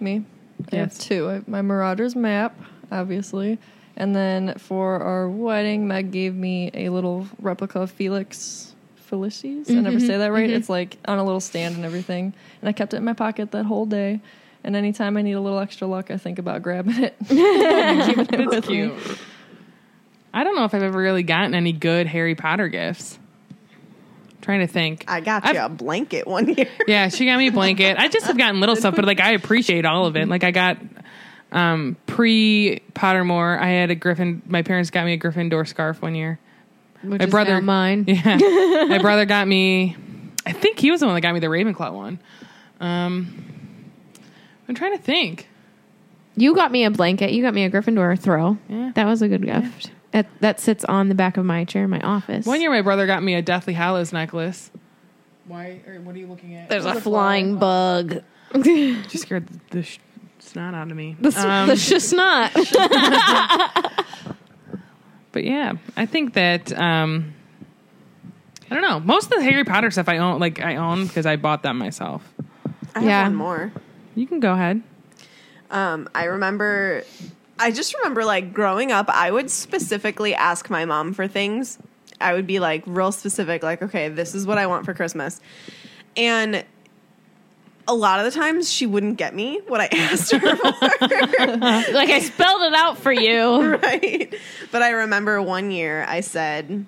S5: Me. I have two. I, my Marauders map, obviously. And then for our wedding, Meg gave me a little replica of Felix Felicis. I
S4: Mm-hmm,
S5: never say that right. It's like on a little stand and everything. And I kept it in my pocket that whole day. And anytime I need a little extra luck, I think about grabbing it.
S4: That's cute. I don't know if I've ever really gotten any good Harry Potter gifts. I'm trying to think.
S1: I got
S4: I've-
S1: you a blanket one year.
S4: Yeah, she got me a blanket. I just have gotten little stuff, but like I appreciate all of it. Like I got um pre Pottermore, I had a Griffin my parents got me a Gryffindor scarf one year.
S3: Which
S4: My
S3: is
S4: brother-
S3: now mine.
S4: Yeah. my brother got me I think he was the one that got me the Ravenclaw one. Um I'm trying to think.
S3: You got me a blanket. You got me a Gryffindor throw.
S4: Yeah.
S3: That was a good gift. That that sits on the back of my chair in my office.
S4: One year my brother got me a Deathly Hallows necklace. Why or what are you looking at?
S3: there's a flying bug.
S4: She scared the, the sh- snot out of me.
S3: The, s
S4: Um,
S3: the chestnut.
S4: But yeah, I think that um I don't know. Most of the Harry Potter stuff I own like I own because I bought them myself.
S1: I have
S3: Yeah.
S1: one more.
S4: You can go ahead.
S1: Um, I remember, I just remember like growing up, I would specifically ask my mom for things. I would be like real specific, like, okay, this is what I want for Christmas. And a lot of the times she wouldn't get me what I asked her for.
S3: like I spelled it out for you.
S1: right? But I remember one year I said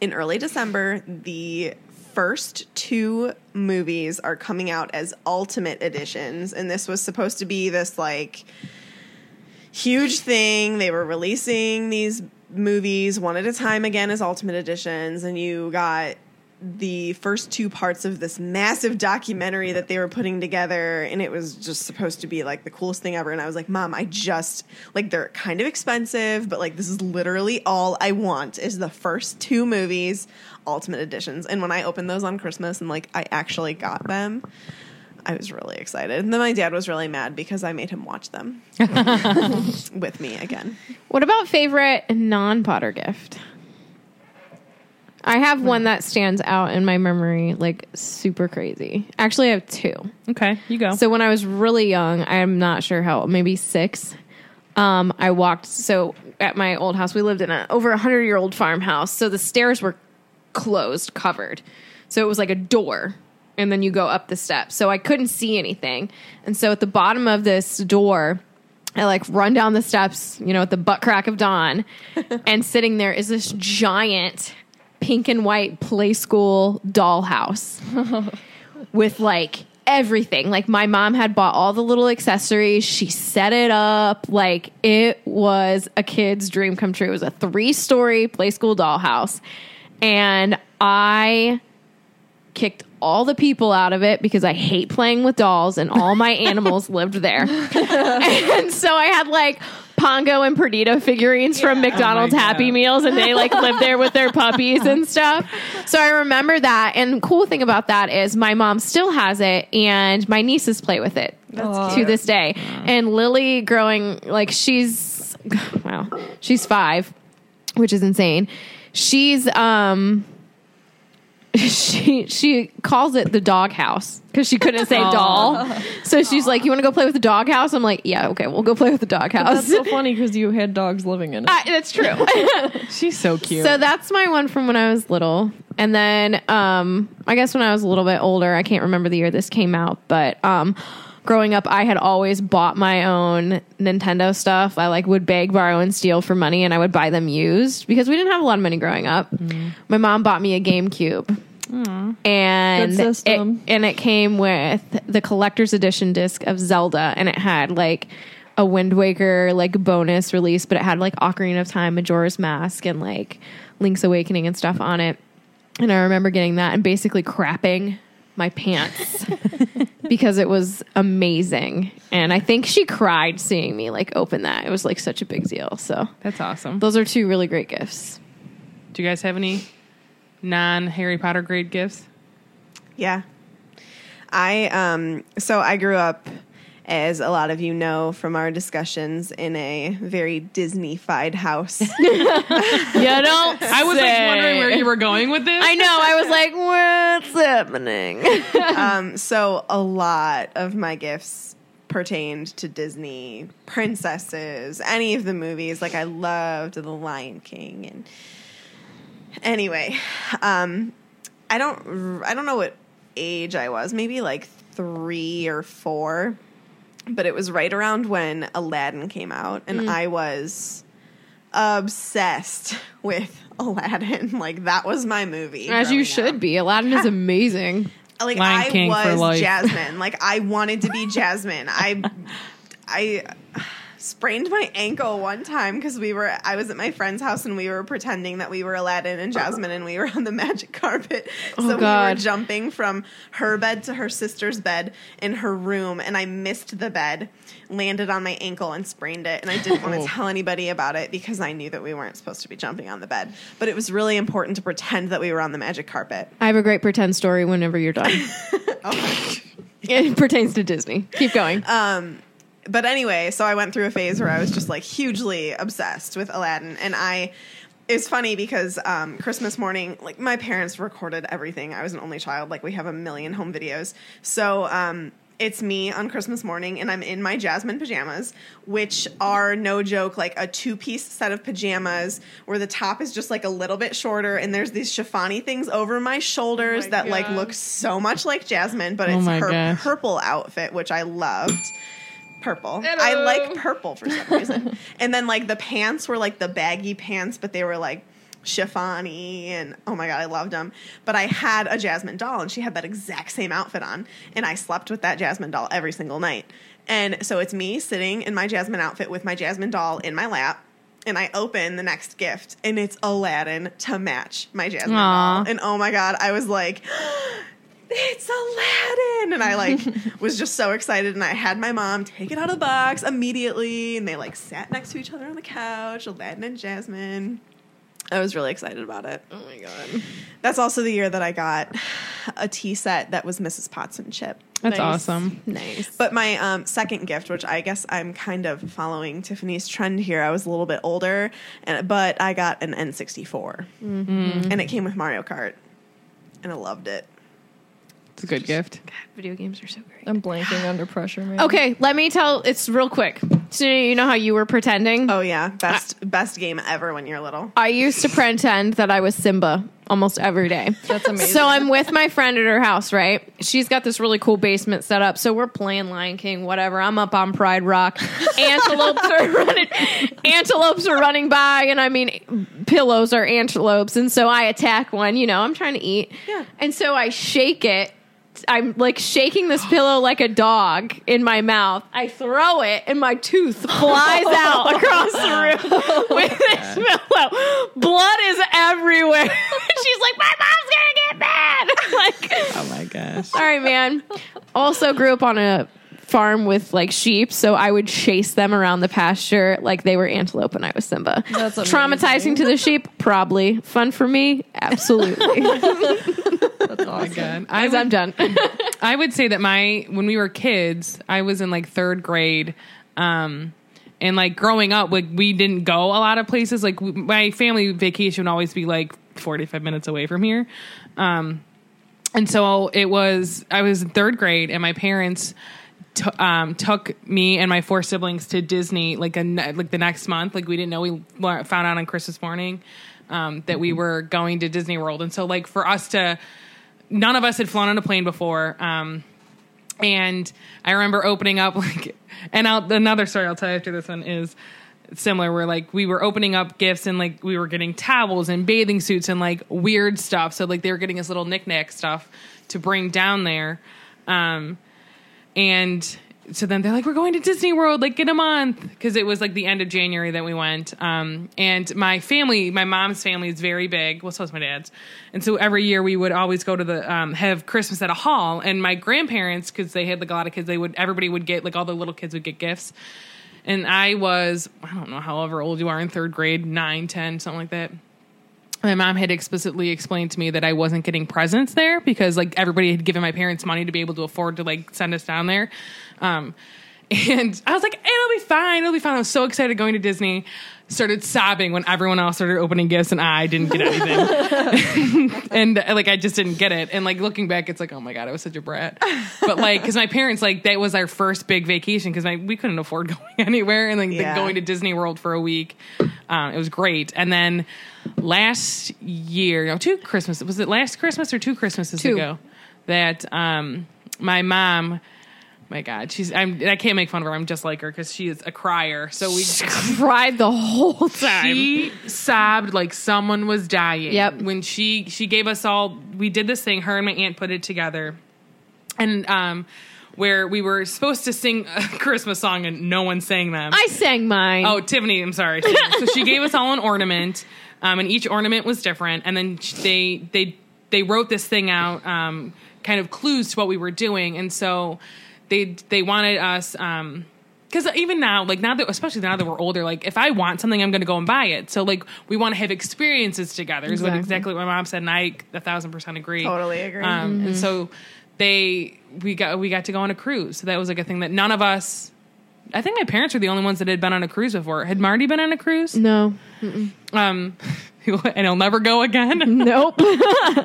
S1: in early December, the first two movies are coming out as ultimate editions. And this was supposed to be this like huge thing. They were releasing these movies one at a time again as ultimate editions. And you got the first two parts of this massive documentary that they were putting together and it was just supposed to be like the coolest thing ever and i was like mom i just like they're kind of expensive but like this is literally all i want is the first two movies ultimate editions and when i opened those on christmas and like i actually got them i was really excited and then my dad was really mad because i made him watch them with me again
S3: What about favorite non Potter gift? I have one that stands out in my memory like super crazy. Actually, I have two.
S4: Okay, you go.
S3: So when I was really young, I'm not sure how, maybe six. Um, I walked. So at my old house, we lived in a over a hundred year old farmhouse. So the stairs were closed, covered. So it was like a door, and then you go up the steps. So I couldn't see anything, and so at the bottom of this door. I like run down the steps, you know, at the butt crack of dawn, and sitting there is this giant pink and white play school dollhouse with like everything. Like my mom had bought all the little accessories. She set it up. Like it was a kid's dream come true. It was a three story play school dollhouse. And I kicked all the people out of it because I hate playing with dolls and all my animals lived there. and so I had like Pongo and Perdita figurines from McDonald's
S4: Oh my
S3: Happy
S4: God.
S3: Meals and they like lived there with their puppies and stuff. So I remember that and cool thing about that is my mom still has it and my nieces play with it
S1: That's
S3: to
S1: cute.
S3: this day. And Lily growing like she's wow, she's 5, which is insane. She's um she she calls it the dog house because she couldn't say doll. So she's like, "You want to go play with the dog house?" I'm like, "Yeah, okay, we'll go play with the dog
S5: That's
S3: house."
S5: so funny because you had dogs living in it.
S3: I- that's true.
S4: She's so cute.
S3: So that's my one from when I was little. And then um I guess when I was a little bit older, I can't remember the year this came out, but um growing up I had always bought my own Nintendo stuff. I like would beg, borrow and steal for money and I would buy them used because we didn't have a lot of money growing up. My mom bought me a GameCube. And
S5: Good
S3: it,
S5: system.
S3: and it came with the collector's edition disc of Zelda, and it had like a Wind Waker like bonus release, but it had like Ocarina of Time, Majora's Mask, and like Link's Awakening and stuff on it. And I remember getting that and basically crapping my pants because it was amazing. And I think she cried seeing me like open that. It was like such a big deal. So
S4: that's awesome.
S3: those are two really great gifts.
S4: Do you guys have any non Harry Potter grade gifts?
S1: Yeah. I um so I grew up as a lot of you know from our discussions in a very Disney-fied house.
S3: You don't.
S4: I was like wondering where you were going with this.
S3: I know. I was like, what's happening?
S1: um so a lot of my gifts pertained to Disney princesses, any of the movies like I loved The Lion King and anyway, um I don't r- I don't know what age I was, maybe like 3 or 4. but it was right around when Aladdin came out, and
S3: Mm.
S1: I was obsessed with Aladdin. Like that was my movie.
S3: As
S1: growing
S3: you
S1: up.
S3: should be. Aladdin is amazing.
S1: Like
S4: Lion
S1: I
S4: King for
S1: was
S4: life.
S1: Jasmine. Like I wanted to be Jasmine. I, I sprained my ankle one time because we were I was at my friend's house and we were pretending that we were Aladdin and Jasmine and we were on the magic carpet.
S4: Oh,
S1: so we were
S3: God.
S1: jumping from her bed to her sister's bed in her room and I missed the bed, landed on my ankle and sprained it and I didn't
S4: Oh.
S1: want to tell anybody about it because I knew that we weren't supposed to be jumping on the bed. But it was really important to pretend that we were on the magic carpet.
S3: I have a great pretend story whenever you're done. Oh It pertains to Disney. Keep going.
S1: but anyway, so I went through a phase where I was just like hugely obsessed with Aladdin, and I. It's funny because um, Christmas morning, like my parents recorded everything. I was an only child. Like we have a million home videos, so um, it's me on Christmas morning, and I'm in my jasmine pajamas, which are no joke, like a two piece set of pajamas where the top is just like a little bit shorter, and there's these chiffony things over my shoulders that like look so much like Jasmine, but
S4: Oh
S1: it's
S4: my
S1: her
S4: gosh.
S1: purple outfit, which I loved purple. I like purple for some reason. and then like the pants were like the baggy pants, but they were like chiffony and oh my god, I loved them. But I had a Jasmine doll and she had that exact same outfit on and I slept with that Jasmine doll every single night. And so it's me sitting in my Jasmine outfit with my Jasmine doll in my lap. And I open the next gift, and it's Aladdin to match my Jasmine doll.
S3: Aw.
S1: And oh my God, I was like, it's Aladdin. And I like was just so excited. And I had my mom take it out of the box immediately. And they like sat next to each other on the couch, Aladdin and Jasmine. I was really excited about it.
S3: oh my god.
S1: That's also the year that I got a tea set that was Mrs. Potts and Chip.
S4: That's awesome.
S3: Nice.
S1: But my um, second gift, which I guess I'm kind of following Tiffany's trend here, I was a little bit older, and, but I got an N64.
S3: Mm-hmm.
S1: And it came with Mario Kart. And I loved it.
S4: It's a good gift.
S3: Video games are so great.
S5: I'm blanking under pressure, man.
S3: Okay, let me tell it's real quick. So you know how you were pretending?
S1: Oh yeah, best best game ever when you're little.
S3: I used to pretend that I was Simba almost every day.
S5: That's amazing.
S3: So I'm with my friend at her house, right? She's got this really cool basement set up. So we're playing Lion King, whatever. I'm up on Pride Rock. Antelopes are running antelopes are running by, and I mean pillows are antelopes. And so I attack one, you know, I'm trying to eat.
S1: Yeah.
S3: And so I shake it. I'm like shaking this pillow like a dog in my mouth. I throw it, and my tooth flies out across the room with this pillow. Blood is everywhere. She's like, "My mom's gonna get mad." like,
S6: Oh my gosh.
S3: all right, man. Also grew up on a farm with like sheep, so I would chase them around the pasture like they were antelope and I was Simba.
S5: That's amazing.
S3: Traumatizing to the sheep, probably. Fun for me, absolutely.
S4: Oh God. I
S3: As I'm done.
S4: I would say that my when we were kids, I was in like third grade. Um, and like growing up, like we didn't go a lot of places. Like we, my family vacation would always be like forty five minutes away from here. Um, and so it was I was in third grade, and my parents. T- um, took me and my four siblings to Disney like a ne- like the next month. Like we didn't know we le- found out on Christmas morning um, that we were going to Disney World, and so like for us to none of us had flown on a plane before. Um, and I remember opening up like, and I'll, another story I'll tell you after this one is similar. Where like we were opening up gifts and like we were getting towels and bathing suits and like weird stuff. So like they were getting us little knickknack stuff to bring down there. Um, and so then they're like, we're going to Disney World, like in a month. Cause it was like the end of January that we went. Um, and my family, my mom's family is very big. Well, so is my dad's. And so every year we would always go to the, um, have Christmas at a hall. And my grandparents, cause they had like a lot of kids, they would, everybody would get, like all the little kids would get gifts. And I was, I don't know, however old you are in third grade, nine, 10, something like that my mom had explicitly explained to me that I wasn't getting presents there because like everybody had given my parents money to be able to afford to like send us down there. Um, and I was like, it'll be fine. It'll be fine. I was so excited going to Disney. Started sobbing when everyone else started opening gifts and I didn't get anything. and uh, like, I just didn't get it. And like, looking back, it's like, oh my God, I was such a brat. But like, cause my parents, like, that was our first big vacation because we couldn't afford going anywhere. And like, the-
S1: Yeah.
S4: going to Disney World for a week. Um, it was great. And then last year, no, two Christmas was it last Christmas or two Christmases
S3: Two.
S4: ago that um, my mom. My God, she's I'm, I can't make fun of her. I'm just like her because she is a crier. So we
S3: Cried the whole time.
S4: she sobbed like someone was dying.
S3: Yep.
S4: When she she gave us all we did this thing, her and my aunt put it together. And um where we were supposed to sing a Christmas song and no one sang them.
S3: I sang mine.
S4: Oh, Tiffany, I'm sorry. so she gave us all an ornament, um, and each ornament was different. And then sh- they they they wrote this thing out, um, kind of clues to what we were doing. And so they they wanted us. Um, because even now, like now that, especially now that we're older, like if I want something, I'm going to go and buy it. So like we want to have experiences together. Is what
S3: Exactly.
S4: exactly what my mom said, and I a thousand percent agree.
S1: Totally agree. Mm-hmm.
S4: Um, And so they we got we got to go on a cruise. So that was like a thing that none of us. I think my parents were the only ones that had been on a cruise before. Had Marty been on a cruise?
S3: No.
S4: Um, and he'll never go again.
S3: Nope.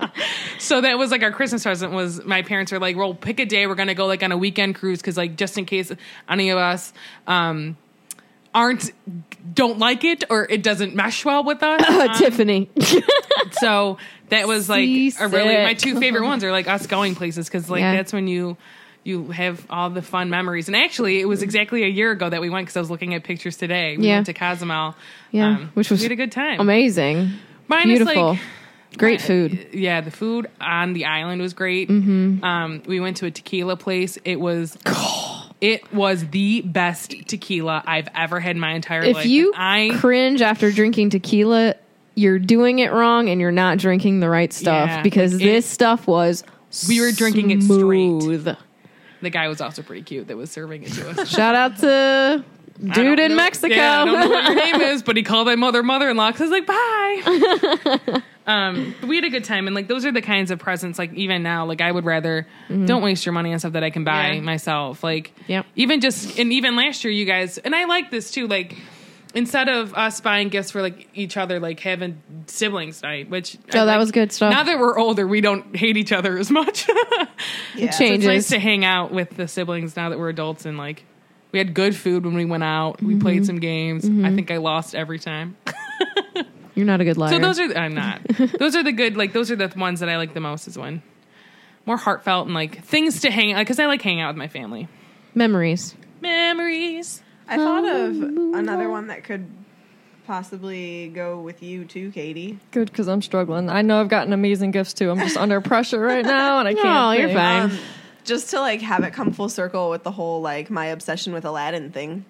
S4: so that was like our Christmas present. Was my parents were like, "Well, pick a day. We're gonna go like on a weekend cruise because like just in case any of us." Um, aren't don't like it or it doesn't mesh well with us
S3: Tiffany.
S4: so that was like a really my
S3: Seasick.
S4: two favorite ones are like us going places because like
S3: Yeah.
S4: that's when you you have all the fun memories and actually it was exactly a year ago that we went because i was looking at pictures today we
S3: Yeah.
S4: went to cozumel um,
S3: Yeah, which was
S4: we had a good time
S3: Amazing.
S4: Mine is, like, Uh,
S3: Beautiful. Great food. Mm-hmm.
S4: yeah the food on the island was great um we went to a tequila place it was it was the best tequila i've ever had in my entire life
S3: If
S4: And
S3: you
S4: i
S3: cringe after drinking tequila, you're doing it wrong and you're not drinking the right stuff
S4: Yeah,
S3: because
S4: like, it-
S3: this stuff was
S4: We were drinking it straight.
S3: smooth. it
S4: the guy was also pretty cute that was serving it to us
S3: Shout out to
S4: I
S3: dude
S4: don't
S3: in
S4: know-
S3: Mexico.
S4: Yeah, I don't know what your name is, but he called my mother mother-in-law because like, bye. um, but we had a good time, and like those are the kinds of presents. Like even now, like I would rather don't waste your money on stuff that I can buy
S3: Mm-hmm. Yeah.
S4: myself. Like
S3: Yep.
S4: even just and even last year, you guys and I like this too. Like instead of us buying gifts for like each other, like having siblings night, which
S3: Oh, that
S4: I like-
S3: was good stuff.
S4: Now that we're older, we don't hate each other as much.
S1: yeah.
S3: change.
S4: It's nice
S3: Just-
S4: to hang out with the siblings now that we're adults and like we had good food when we went out.
S1: Mm-hmm.
S4: We played some games. I think I lost every time.
S3: You're not a good liar.
S4: So those are I'm not. those are the good like those are the ones that I like the most is when more heartfelt and like things to hang out because I like hanging out with my family.
S3: memories.
S4: Memories.
S1: I thought of another one that could possibly go with you too, Katie.
S5: Good, because I'm struggling. I know I've gotten amazing gifts too. I'm just under pressure right now, and I can't.
S3: Oh, you're
S5: think.
S3: fine.
S1: Um, just to like have it come full circle with the whole like my obsession with Aladdin thing.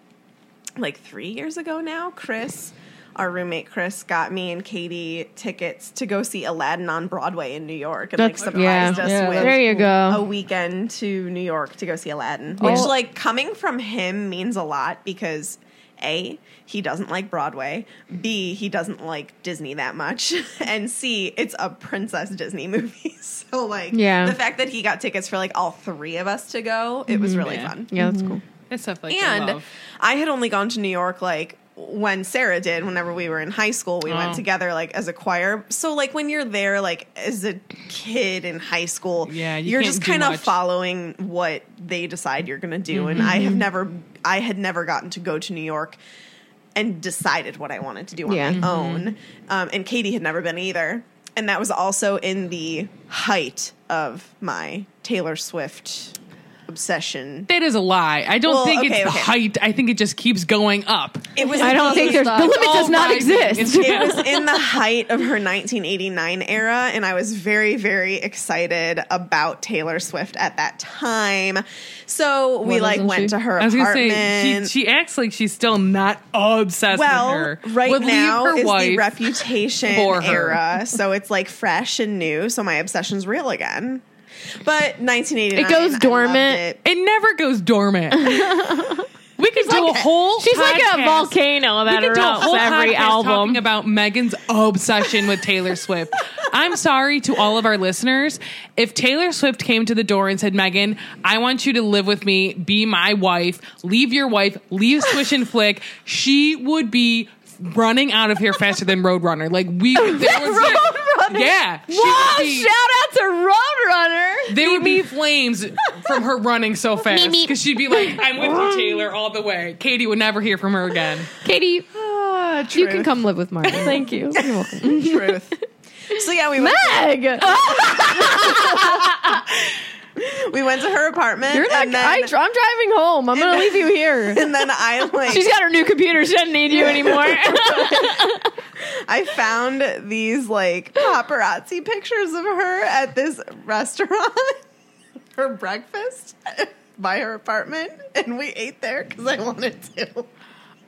S1: Like three years ago now, Chris our roommate Chris got me and Katie tickets to go see Aladdin on Broadway in New York, and
S3: That's-
S1: like surprised
S3: yeah.
S1: us
S5: Yeah,
S1: with
S5: that's
S3: There you go.
S1: a weekend to New York to go see Aladdin, which
S5: Yeah.
S1: like coming from him means a lot because a he doesn't like Broadway, b he doesn't like Disney that much, and c it's a princess Disney movie. So like
S3: Yeah.
S1: the fact that he got tickets for like all three of us to go, it was really
S4: Yeah.
S1: fun.
S3: Yeah, that's cool.
S4: It's stuff like
S1: And
S4: that.
S1: I had only gone to New York like when Sarah did, whenever we were in high school, we
S4: Oh.
S1: went together like as a choir. So like when you're there like as a kid in high school,
S4: Yeah, you
S1: are
S4: can't
S1: just
S4: do
S1: kind of
S4: much.
S1: following what they decide you're gonna do. And I
S4: Mm-hmm.
S1: have never I had never gotten to go to New York and decided what I wanted to do on
S3: Yeah.
S1: my
S4: Mm-hmm.
S1: own. Um, and Katie had never been either. And that was also in the height of my Taylor Swift obsession.
S4: That is a lie. I don't
S1: Well,
S4: think
S1: okay,
S4: it's the
S1: okay.
S4: height. I think it just keeps going up. Oh
S1: It was
S3: I don't
S1: the-
S3: think there's the limit does not exist.
S1: it was in the height of her 1989 era, and I was very, very excited about Taylor Swift at that time. So we
S5: Well,
S1: like
S5: isn't
S1: went
S5: she?
S1: to her
S4: I was gonna
S1: apartment.
S4: say she, she acts like she's still not obsessed
S1: well,
S4: with her.
S1: right
S4: Would leave
S1: now
S4: her
S1: is the
S4: wife-
S1: reputation
S4: for her.
S1: era, so it's like fresh and new. So my obsession's real again. But 1989,
S3: It goes
S1: I loved
S3: dormant.
S1: it.
S4: It never goes dormant. we could do a whole.
S3: She's like a
S4: podcast-
S3: volcano
S4: We
S3: that
S4: could do a whole
S3: erupts every
S4: podcast talking
S3: album.
S4: about Megan's obsession with Taylor Swift. I'm sorry to all of our listeners. If Taylor Swift came to the door and said, "Megan, I want you to live with me, be my wife, leave your wife, leave Swish and Flick," she would be running out of here faster than Roadrunner. Like we, there would be-
S3: Roadrunner.
S4: yeah. she would
S3: Whoa!
S4: be-
S3: shout out to Roadrunner.
S4: there would be flames from her running so fast because she'd be like, "I'm with you, Taylor, all the way." Katie would never hear from her again.
S3: Katie,
S1: Ah,
S3: you
S1: truth,
S3: can come live with Martin.
S5: Thank you. You're welcome.
S1: truth. So yeah, we went,
S3: Meg,
S1: we went to her apartment,
S5: You're not.
S1: and then
S5: I, am driving home. I'm gonna leave you here.
S1: and then I like
S3: she's got her new computer. She doesn't need you anymore.
S1: I found these like paparazzi pictures of her at this restaurant for breakfast by her apartment, and we ate there because I wanted to.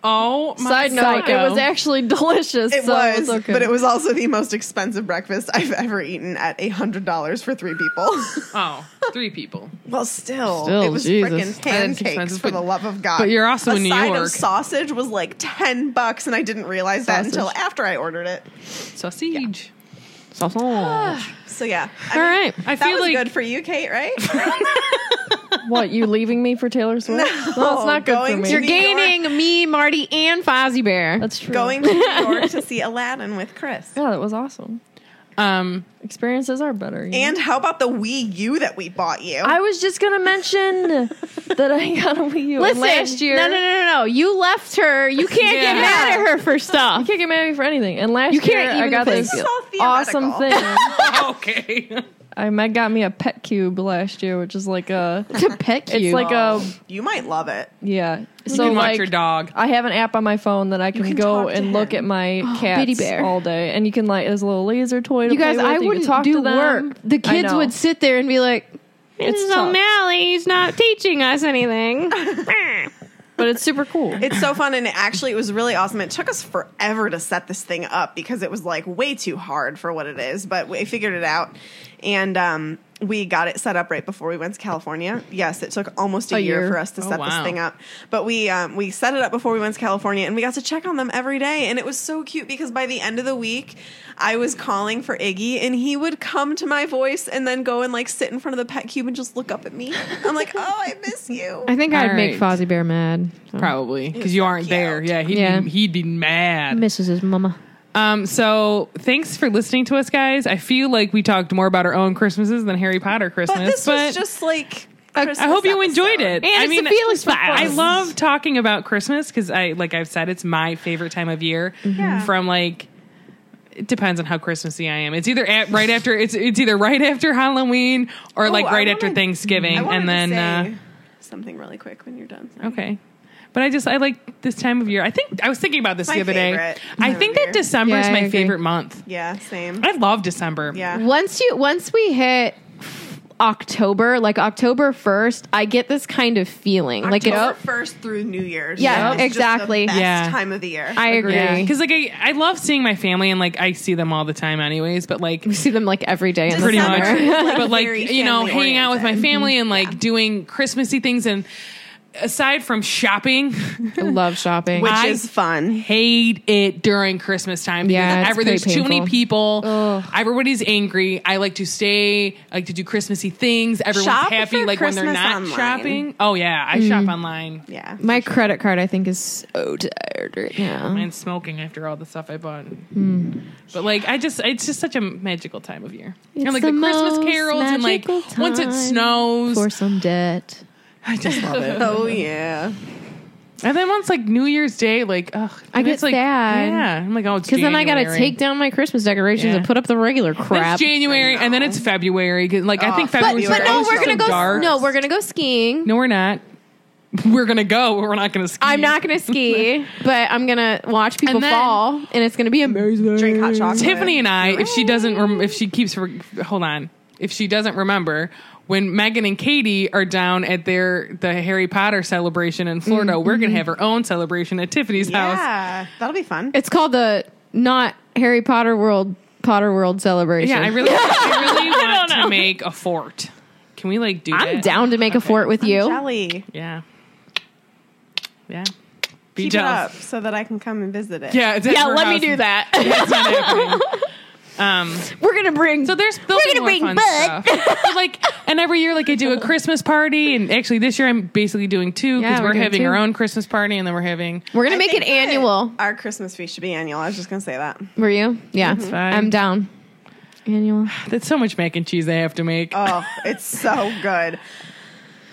S4: Oh my
S5: Side note:
S3: Psycho.
S5: It was actually delicious.
S1: It
S5: so
S1: was,
S5: it's okay.
S1: but it was also the most expensive breakfast I've ever eaten at hundred dollars for three people.
S4: Oh, three people.
S1: well, still,
S3: Still,
S1: it was
S3: Jesus.
S1: freaking pancakes
S4: expensive,
S1: for
S4: but-
S1: the love of God.
S4: but you're also
S1: A
S4: in New
S1: side
S4: York.
S1: Of sausage was like ten bucks, and I didn't realize that
S5: Sausage.
S1: until after I ordered it.
S4: Sausage.
S1: So yeah, I
S3: All
S1: mean,
S3: right.
S4: I
S1: That
S4: feel
S1: was
S4: like
S1: good for you, Kate. Right?
S5: what you leaving me for Taylor Swift? No, it's not good for
S1: going
S5: me.
S1: to
S3: You're
S1: New
S3: gaining me, Marty, and Fozzie Bear.
S5: That's true.
S1: Going to New York to see Aladdin with Chris.
S5: Yeah, that was awesome.
S4: um
S5: Experiences are better. you know?
S1: And how about the Wii U that we bought you?
S5: I was just gonna mention that I got a Wii U and
S3: Listen,
S5: last year.
S3: No, no, no, no, no. You left her. You can't get
S4: Yeah.
S3: mad at her for stuff.
S5: can't get mad at me for anything. And last
S3: You can't
S5: year I
S3: even
S5: got
S3: play.
S5: this
S1: This is all
S5: awesome thing.
S1: theoretical.
S4: okay.
S5: I Meg got me a pet cube last year, which is like a
S3: to pick you.
S5: it's like a
S1: you might love it.
S5: yeah. So
S4: you can watch
S5: like
S4: your dog.
S5: I have an app on my phone that I can,
S1: can
S5: go
S1: talk to
S5: and look
S1: him.
S5: at my cats
S3: Bitty bear.
S5: all day, and you can like there's a little laser toy. To
S3: you guys,
S5: play with.
S3: I
S5: you can
S3: wouldn't
S5: talk
S3: do
S5: to them.
S3: work. The
S5: I
S3: kids
S5: know.
S3: would sit there and be like, "This
S5: It's
S3: is
S5: tough.
S3: O'Malley. He's not teaching us anything."
S5: but it's super cool.
S1: It's so fun, and actually, it was really awesome. It took us forever to set this thing up because it was like way too hard for what it is, but we figured it out, and um, we got it set up right before we went to California. Yes, it took almost a,
S5: A
S1: year.
S5: year.
S1: for us to
S4: Oh,
S1: set this
S4: wow.
S1: thing up, but we um, we set it up before we went to California, and we got to check on them every day, and it was so cute because by the end of the week, I was calling for Iggy, and he would come to my voice and then go and like sit in front of the pet cube and just look up at me. I'm like, oh, I miss you.
S3: I think I'd
S4: All
S3: make
S4: right.
S3: Fozzie Bear mad.
S4: Probably because you aren't there. Yeah, he'd
S3: Yeah.
S4: Be, he'd be mad.
S3: Misses his mama.
S4: Um, so thanks for listening to us, guys. I feel like we talked more about our own Christmases than Harry Potter Christmas,
S1: But
S4: but,
S1: this was just like. Christmas
S4: I hope you enjoyed
S1: episode.
S4: it.
S3: And
S4: I
S3: it's a Felix Files.
S4: I love talking about Christmas because I, like I've said, it's my favorite time of year.
S3: Mm-hmm.
S1: Yeah.
S4: From like, it depends on how Christmassy I am. It's either at, right after it's it's either right after Halloween or like
S1: Oh, I
S4: right
S1: wanna-
S4: after Thanksgiving,
S1: I wanted
S4: and then
S1: to say
S4: uh,
S1: something really quick when you're done.
S4: okay. But I just I like this time of year. I think I was thinking about this
S1: My
S4: the other day.
S1: favorite
S4: I
S1: time
S4: think
S1: of
S4: that
S1: year.
S4: December is
S3: Yeah, I
S4: my
S3: agree.
S4: favorite month.
S1: Yeah, same.
S4: I love December.
S1: Yeah.
S3: Once you, once we hit October, like October 1st, I get this kind of feeling. like it's
S1: October first through New Year's.
S3: Yeah,
S1: is just the
S3: exactly.
S1: best
S4: Yeah.
S1: time of the year.
S3: I agree.
S4: Yeah, because like I, I love seeing my family and like I see them all the time anyways, but like
S3: We see them like every day in the
S4: pretty
S1: December
S4: much,
S1: is, like,
S4: but like
S1: very
S4: you know,
S1: family
S4: hanging out with my
S1: oriented.
S4: family and like doing Christmassy things. And aside from shopping,
S3: I love shopping.
S1: which
S4: I-
S1: is fun.
S4: hate it during Christmas time. because
S3: Yeah, it's
S4: every-
S3: pretty
S4: there's too many
S3: painful.
S4: people. Everybody's angry. I like to stay. I like to do Christmassy things. Everyone's
S1: Shop
S4: happy.
S1: for
S4: Like when they're
S1: Christmas
S4: not
S1: online.
S4: shopping. Oh yeah, I shop
S3: Mm-hmm.
S4: online.
S1: Yeah,
S3: My credit card, I think, is so tired right now.
S4: And smoking after all the stuff I bought,
S3: Hmm.
S4: but like I just—it's just such a magical time of year, and
S3: It's
S4: like the,
S3: the
S4: Christmas
S3: most
S4: carols, and like
S3: magical
S4: once it
S3: time
S4: snows,
S3: For some debt.
S4: I just love it.
S1: Oh yeah.
S4: And then once like New Year's Day, like ugh,
S3: I
S4: and
S3: get
S4: it's, like,
S3: sad.
S4: Yeah, I'm like oh, it's
S3: Because then I got to
S4: January.
S3: take down my Christmas decorations
S4: Yeah.
S3: and put up the regular
S4: Then
S3: crap.
S4: It's January, and then it's February. 'cause, Like I think
S3: But,
S4: February.
S3: but no,
S1: always
S3: we're
S1: so
S3: gonna go.
S4: Dark.
S3: No, we're gonna go skiing.
S4: No, we're not. We're gonna go. but We're not gonna ski.
S3: I'm not gonna ski, but I'm gonna watch people
S4: And then-
S3: fall, and it's gonna be amazing.
S1: Drink hot chocolate.
S4: Tiffany and I, if she doesn't, rem- if she keeps, re- hold on, if she doesn't remember when Megan and Katie are down at their the Harry Potter celebration in Florida,
S3: Mm-hmm,
S4: we're gonna have our own celebration at Tiffany's house.
S1: Yeah, that'll be fun.
S3: It's called the not Harry Potter World Potter World Celebration.
S4: Yeah, I really, I really want to make a fort. Can we like do?
S3: I'm
S4: that?
S3: down to make a fort with you.
S1: Jelly.
S4: Yeah. Yeah. Be
S1: Keep it up
S4: jealous.
S1: so that I can come and visit it.
S4: Yeah, it's at
S3: Yeah,
S4: her
S3: let me
S4: house.
S3: do that.
S4: It's not happening. um,
S3: We're gonna bring.
S4: so there's there'll
S3: We're
S4: be
S3: gonna
S4: more
S3: bring
S4: fun
S3: Bud.
S4: stuff. But, like, and every year, like I do a Christmas party, and actually this year I'm basically doing two
S3: Yeah,
S4: because
S3: we're
S4: we're,
S3: doing
S4: having
S3: two.
S4: our own Christmas party, and then we're having
S3: We're gonna
S1: I
S3: make it
S1: think that
S3: annual.
S1: Our Christmas feast should be annual. I was just gonna say that.
S3: Were you? Yeah,
S4: fine.
S3: I'm down. Annual.
S4: that's so much mac and cheese I have to make.
S1: Oh, it's so good.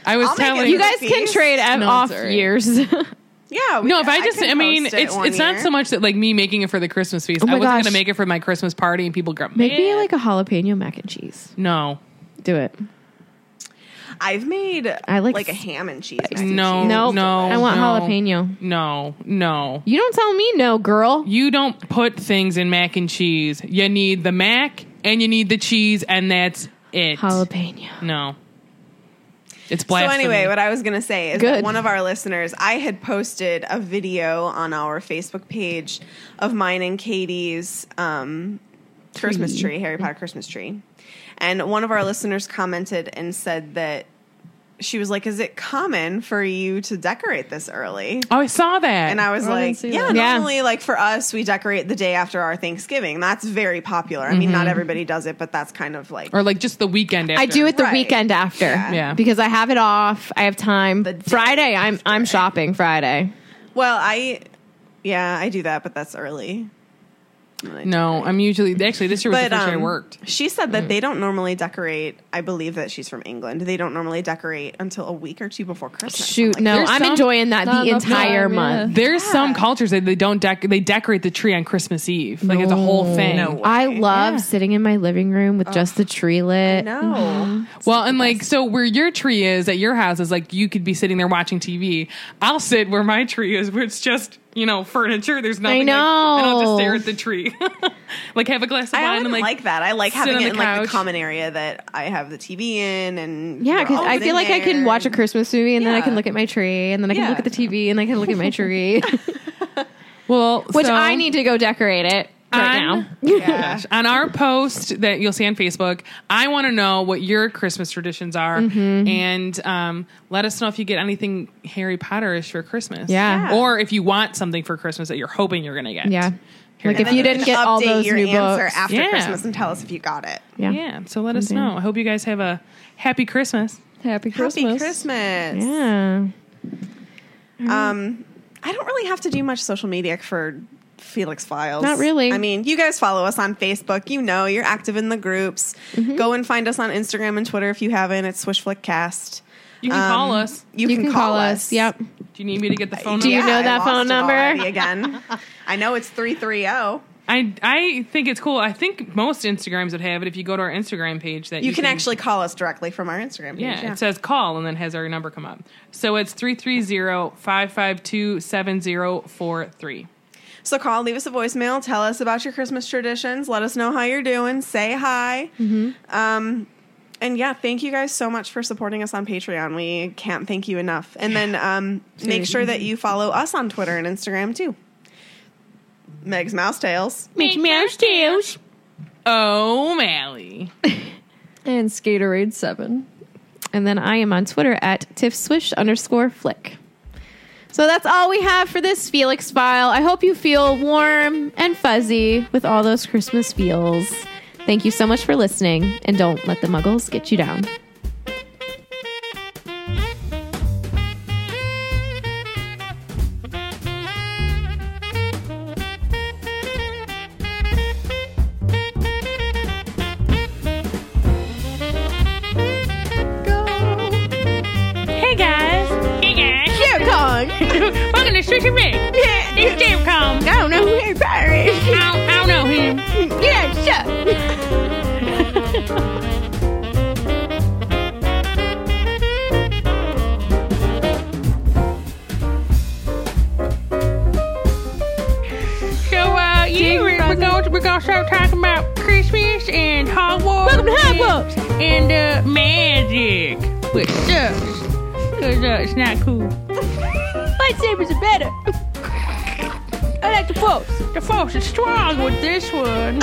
S4: I was
S1: I'll make
S4: telling
S1: it.
S3: You guys
S1: the
S3: can
S1: feast?
S3: trade at
S4: No,
S3: off
S4: it's all right.
S3: years.
S1: Yeah. we-
S4: No, if I just,
S1: can
S4: I, mean,
S1: host
S4: it's
S1: it
S4: it's
S1: one
S4: not
S1: year. Oh
S4: so much that like me making it for the Christmas feast.
S3: my
S4: I wasn't
S3: gosh.
S4: gonna make it for my Christmas party, and people got
S3: Make me
S4: mad.
S3: like a jalapeno mac and cheese.
S4: no,
S3: Do it.
S1: I've made
S3: I
S1: I
S3: like
S1: like, a ham and cheese. mac and
S4: no,
S1: cheese.
S3: Nope.
S4: no,
S3: I want
S4: no,
S3: jalapeno.
S4: No, no.
S3: You don't tell me no, girl.
S4: You don't put things in mac and cheese. You need the mac and you need the cheese, and that's it.
S3: Jalapeno.
S4: No. It's
S1: So
S4: blasphemy.
S1: anyway, what I was gonna say is
S3: Good.
S1: that one of our listeners, I had posted a video on our Facebook page of mine and Katie's um, Christmas tree, Harry Potter Christmas tree, and one of our listeners commented and said that she was like, "Is it common for you to decorate this early?"
S4: oh, I saw that.
S1: And I was
S5: Oh, I didn't
S1: like,
S5: see
S1: yeah,
S5: that.
S3: Yeah.
S1: normally, like for us, we decorate the day after our Thanksgiving. That's very popular. I mean, not everybody does it, but that's kind of like
S4: or like just the weekend after.
S3: I do it the
S1: Right.
S3: weekend after.
S4: Yeah.
S3: Because I have it off. I have time.
S1: The day
S3: Friday, I'm I'm shopping Friday.
S1: Well, I, yeah, I do that, but that's early.
S4: No, I'm usually actually this year was
S1: But
S4: the first year I
S1: um,
S4: worked.
S1: she said that they don't normally decorate. I believe that she's from England. They don't normally decorate until a week or two before Christmas. I'm
S3: Shoot,
S1: like,
S3: no,
S4: there's
S3: I'm
S4: some-
S3: enjoying that
S5: Not
S3: the
S5: enough
S3: entire
S5: time, yeah.
S3: month.
S4: There's some cultures that they don't dec- they decorate the tree on Christmas Eve. Like it's a whole thing.
S1: No.
S3: I love sitting in my living room with just the tree lit.
S1: No,
S4: Well, and like so where your tree is at your house is like you could be sitting there watching TV. I'll sit where my tree is, where it's just, you know, furniture. There's nothing like- and I'll
S3: know.
S4: just stare at the tree. like have a glass of
S1: I
S4: wine
S1: wouldn't
S4: and
S1: like,
S4: like,
S1: that. I like
S4: sit
S1: having
S4: on
S1: it
S4: the
S1: in like the
S4: couch.
S1: common area that I have the TV in, and
S3: Yeah,
S1: we're
S3: because
S1: all
S3: I
S1: in
S3: feel like I can
S1: there.
S3: watch a Christmas movie and then I
S1: Yeah.
S3: can look at my tree and then I can
S1: Yeah.
S3: look at the TV and I can look at my tree,
S4: Well,
S3: which
S4: so-
S3: I need to go decorate it right
S4: On-
S3: now.
S1: Yeah.
S4: Gosh. on our post that you'll see on Facebook, I want to know what your Christmas traditions are,
S3: Mm-hmm.
S4: and um, let us know if you get anything Harry Potterish for Christmas.
S3: Yeah.
S1: Yeah.
S4: or if you want something for Christmas that you're hoping you're going to get.
S3: Yeah. Like if
S1: Then
S3: you didn't
S1: can
S3: get all
S1: update
S3: those
S1: your
S3: new
S1: answer
S3: books.
S1: after
S4: Yeah.
S1: Christmas and tell us if you got it.
S4: yeah.
S3: yeah.
S4: So let us know. I hope you guys have a happy Christmas.
S5: Happy Christmas.
S1: Happy Christmas.
S3: Yeah.
S1: Um, I don't really have to do much social media for Felix Files.
S3: Not really.
S1: I mean, you guys follow us on Facebook. You know, you're active in the groups.
S3: Mm-hmm.
S1: Go and find us on Instagram and Twitter if you haven't. It's Swishflickcast.
S4: You can call
S1: Um,
S4: us.
S1: You, can, call, us. Oh
S3: Yep.
S4: Do you need me to get the phone?
S3: Do you
S4: number?
S3: know
S1: I
S3: that
S1: lost
S3: phone
S1: it
S3: number?
S1: already again? I know it's three three oh. zero.
S4: I I think it's cool. I think most Instagrams would have it. If you go to our Instagram page, that
S1: You can actually call us directly from our Instagram page.
S4: Yeah, it says call and then has our number come up. So it's 330-552-7043.
S1: So call, leave us a voicemail, tell us about your Christmas traditions, let us know how you're doing, say hi. Um, and yeah, thank you guys so much for supporting us on Patreon. We can't thank you enough. And then um, make sure that you follow us on Twitter and Instagram too. Meg's Mouse Tales.
S5: Make mouse tails.
S4: Oh, Mally.
S7: And Skaterade 7.
S5: And then I am on Twitter at tiffswish underscore flick. So that's all we have for this Felix file. I hope you feel warm and fuzzy with all those Christmas feels. Thank you so much for listening, and don't let the muggles get you down.
S4: Hey guys. Hey guys. Here, Kong. Welcome to Street Rick. It's Dave Kong.
S1: I don't know who you're
S4: I don't, I don't know him. So, uh, yeah, we're, we're going we're gonna start talking about Christmas and Hogwarts. Welcome to Hogwarts and uh, magic, which sucks because uh, it's not cool. Lightsabers are better. I like the force. The force is strong with this one.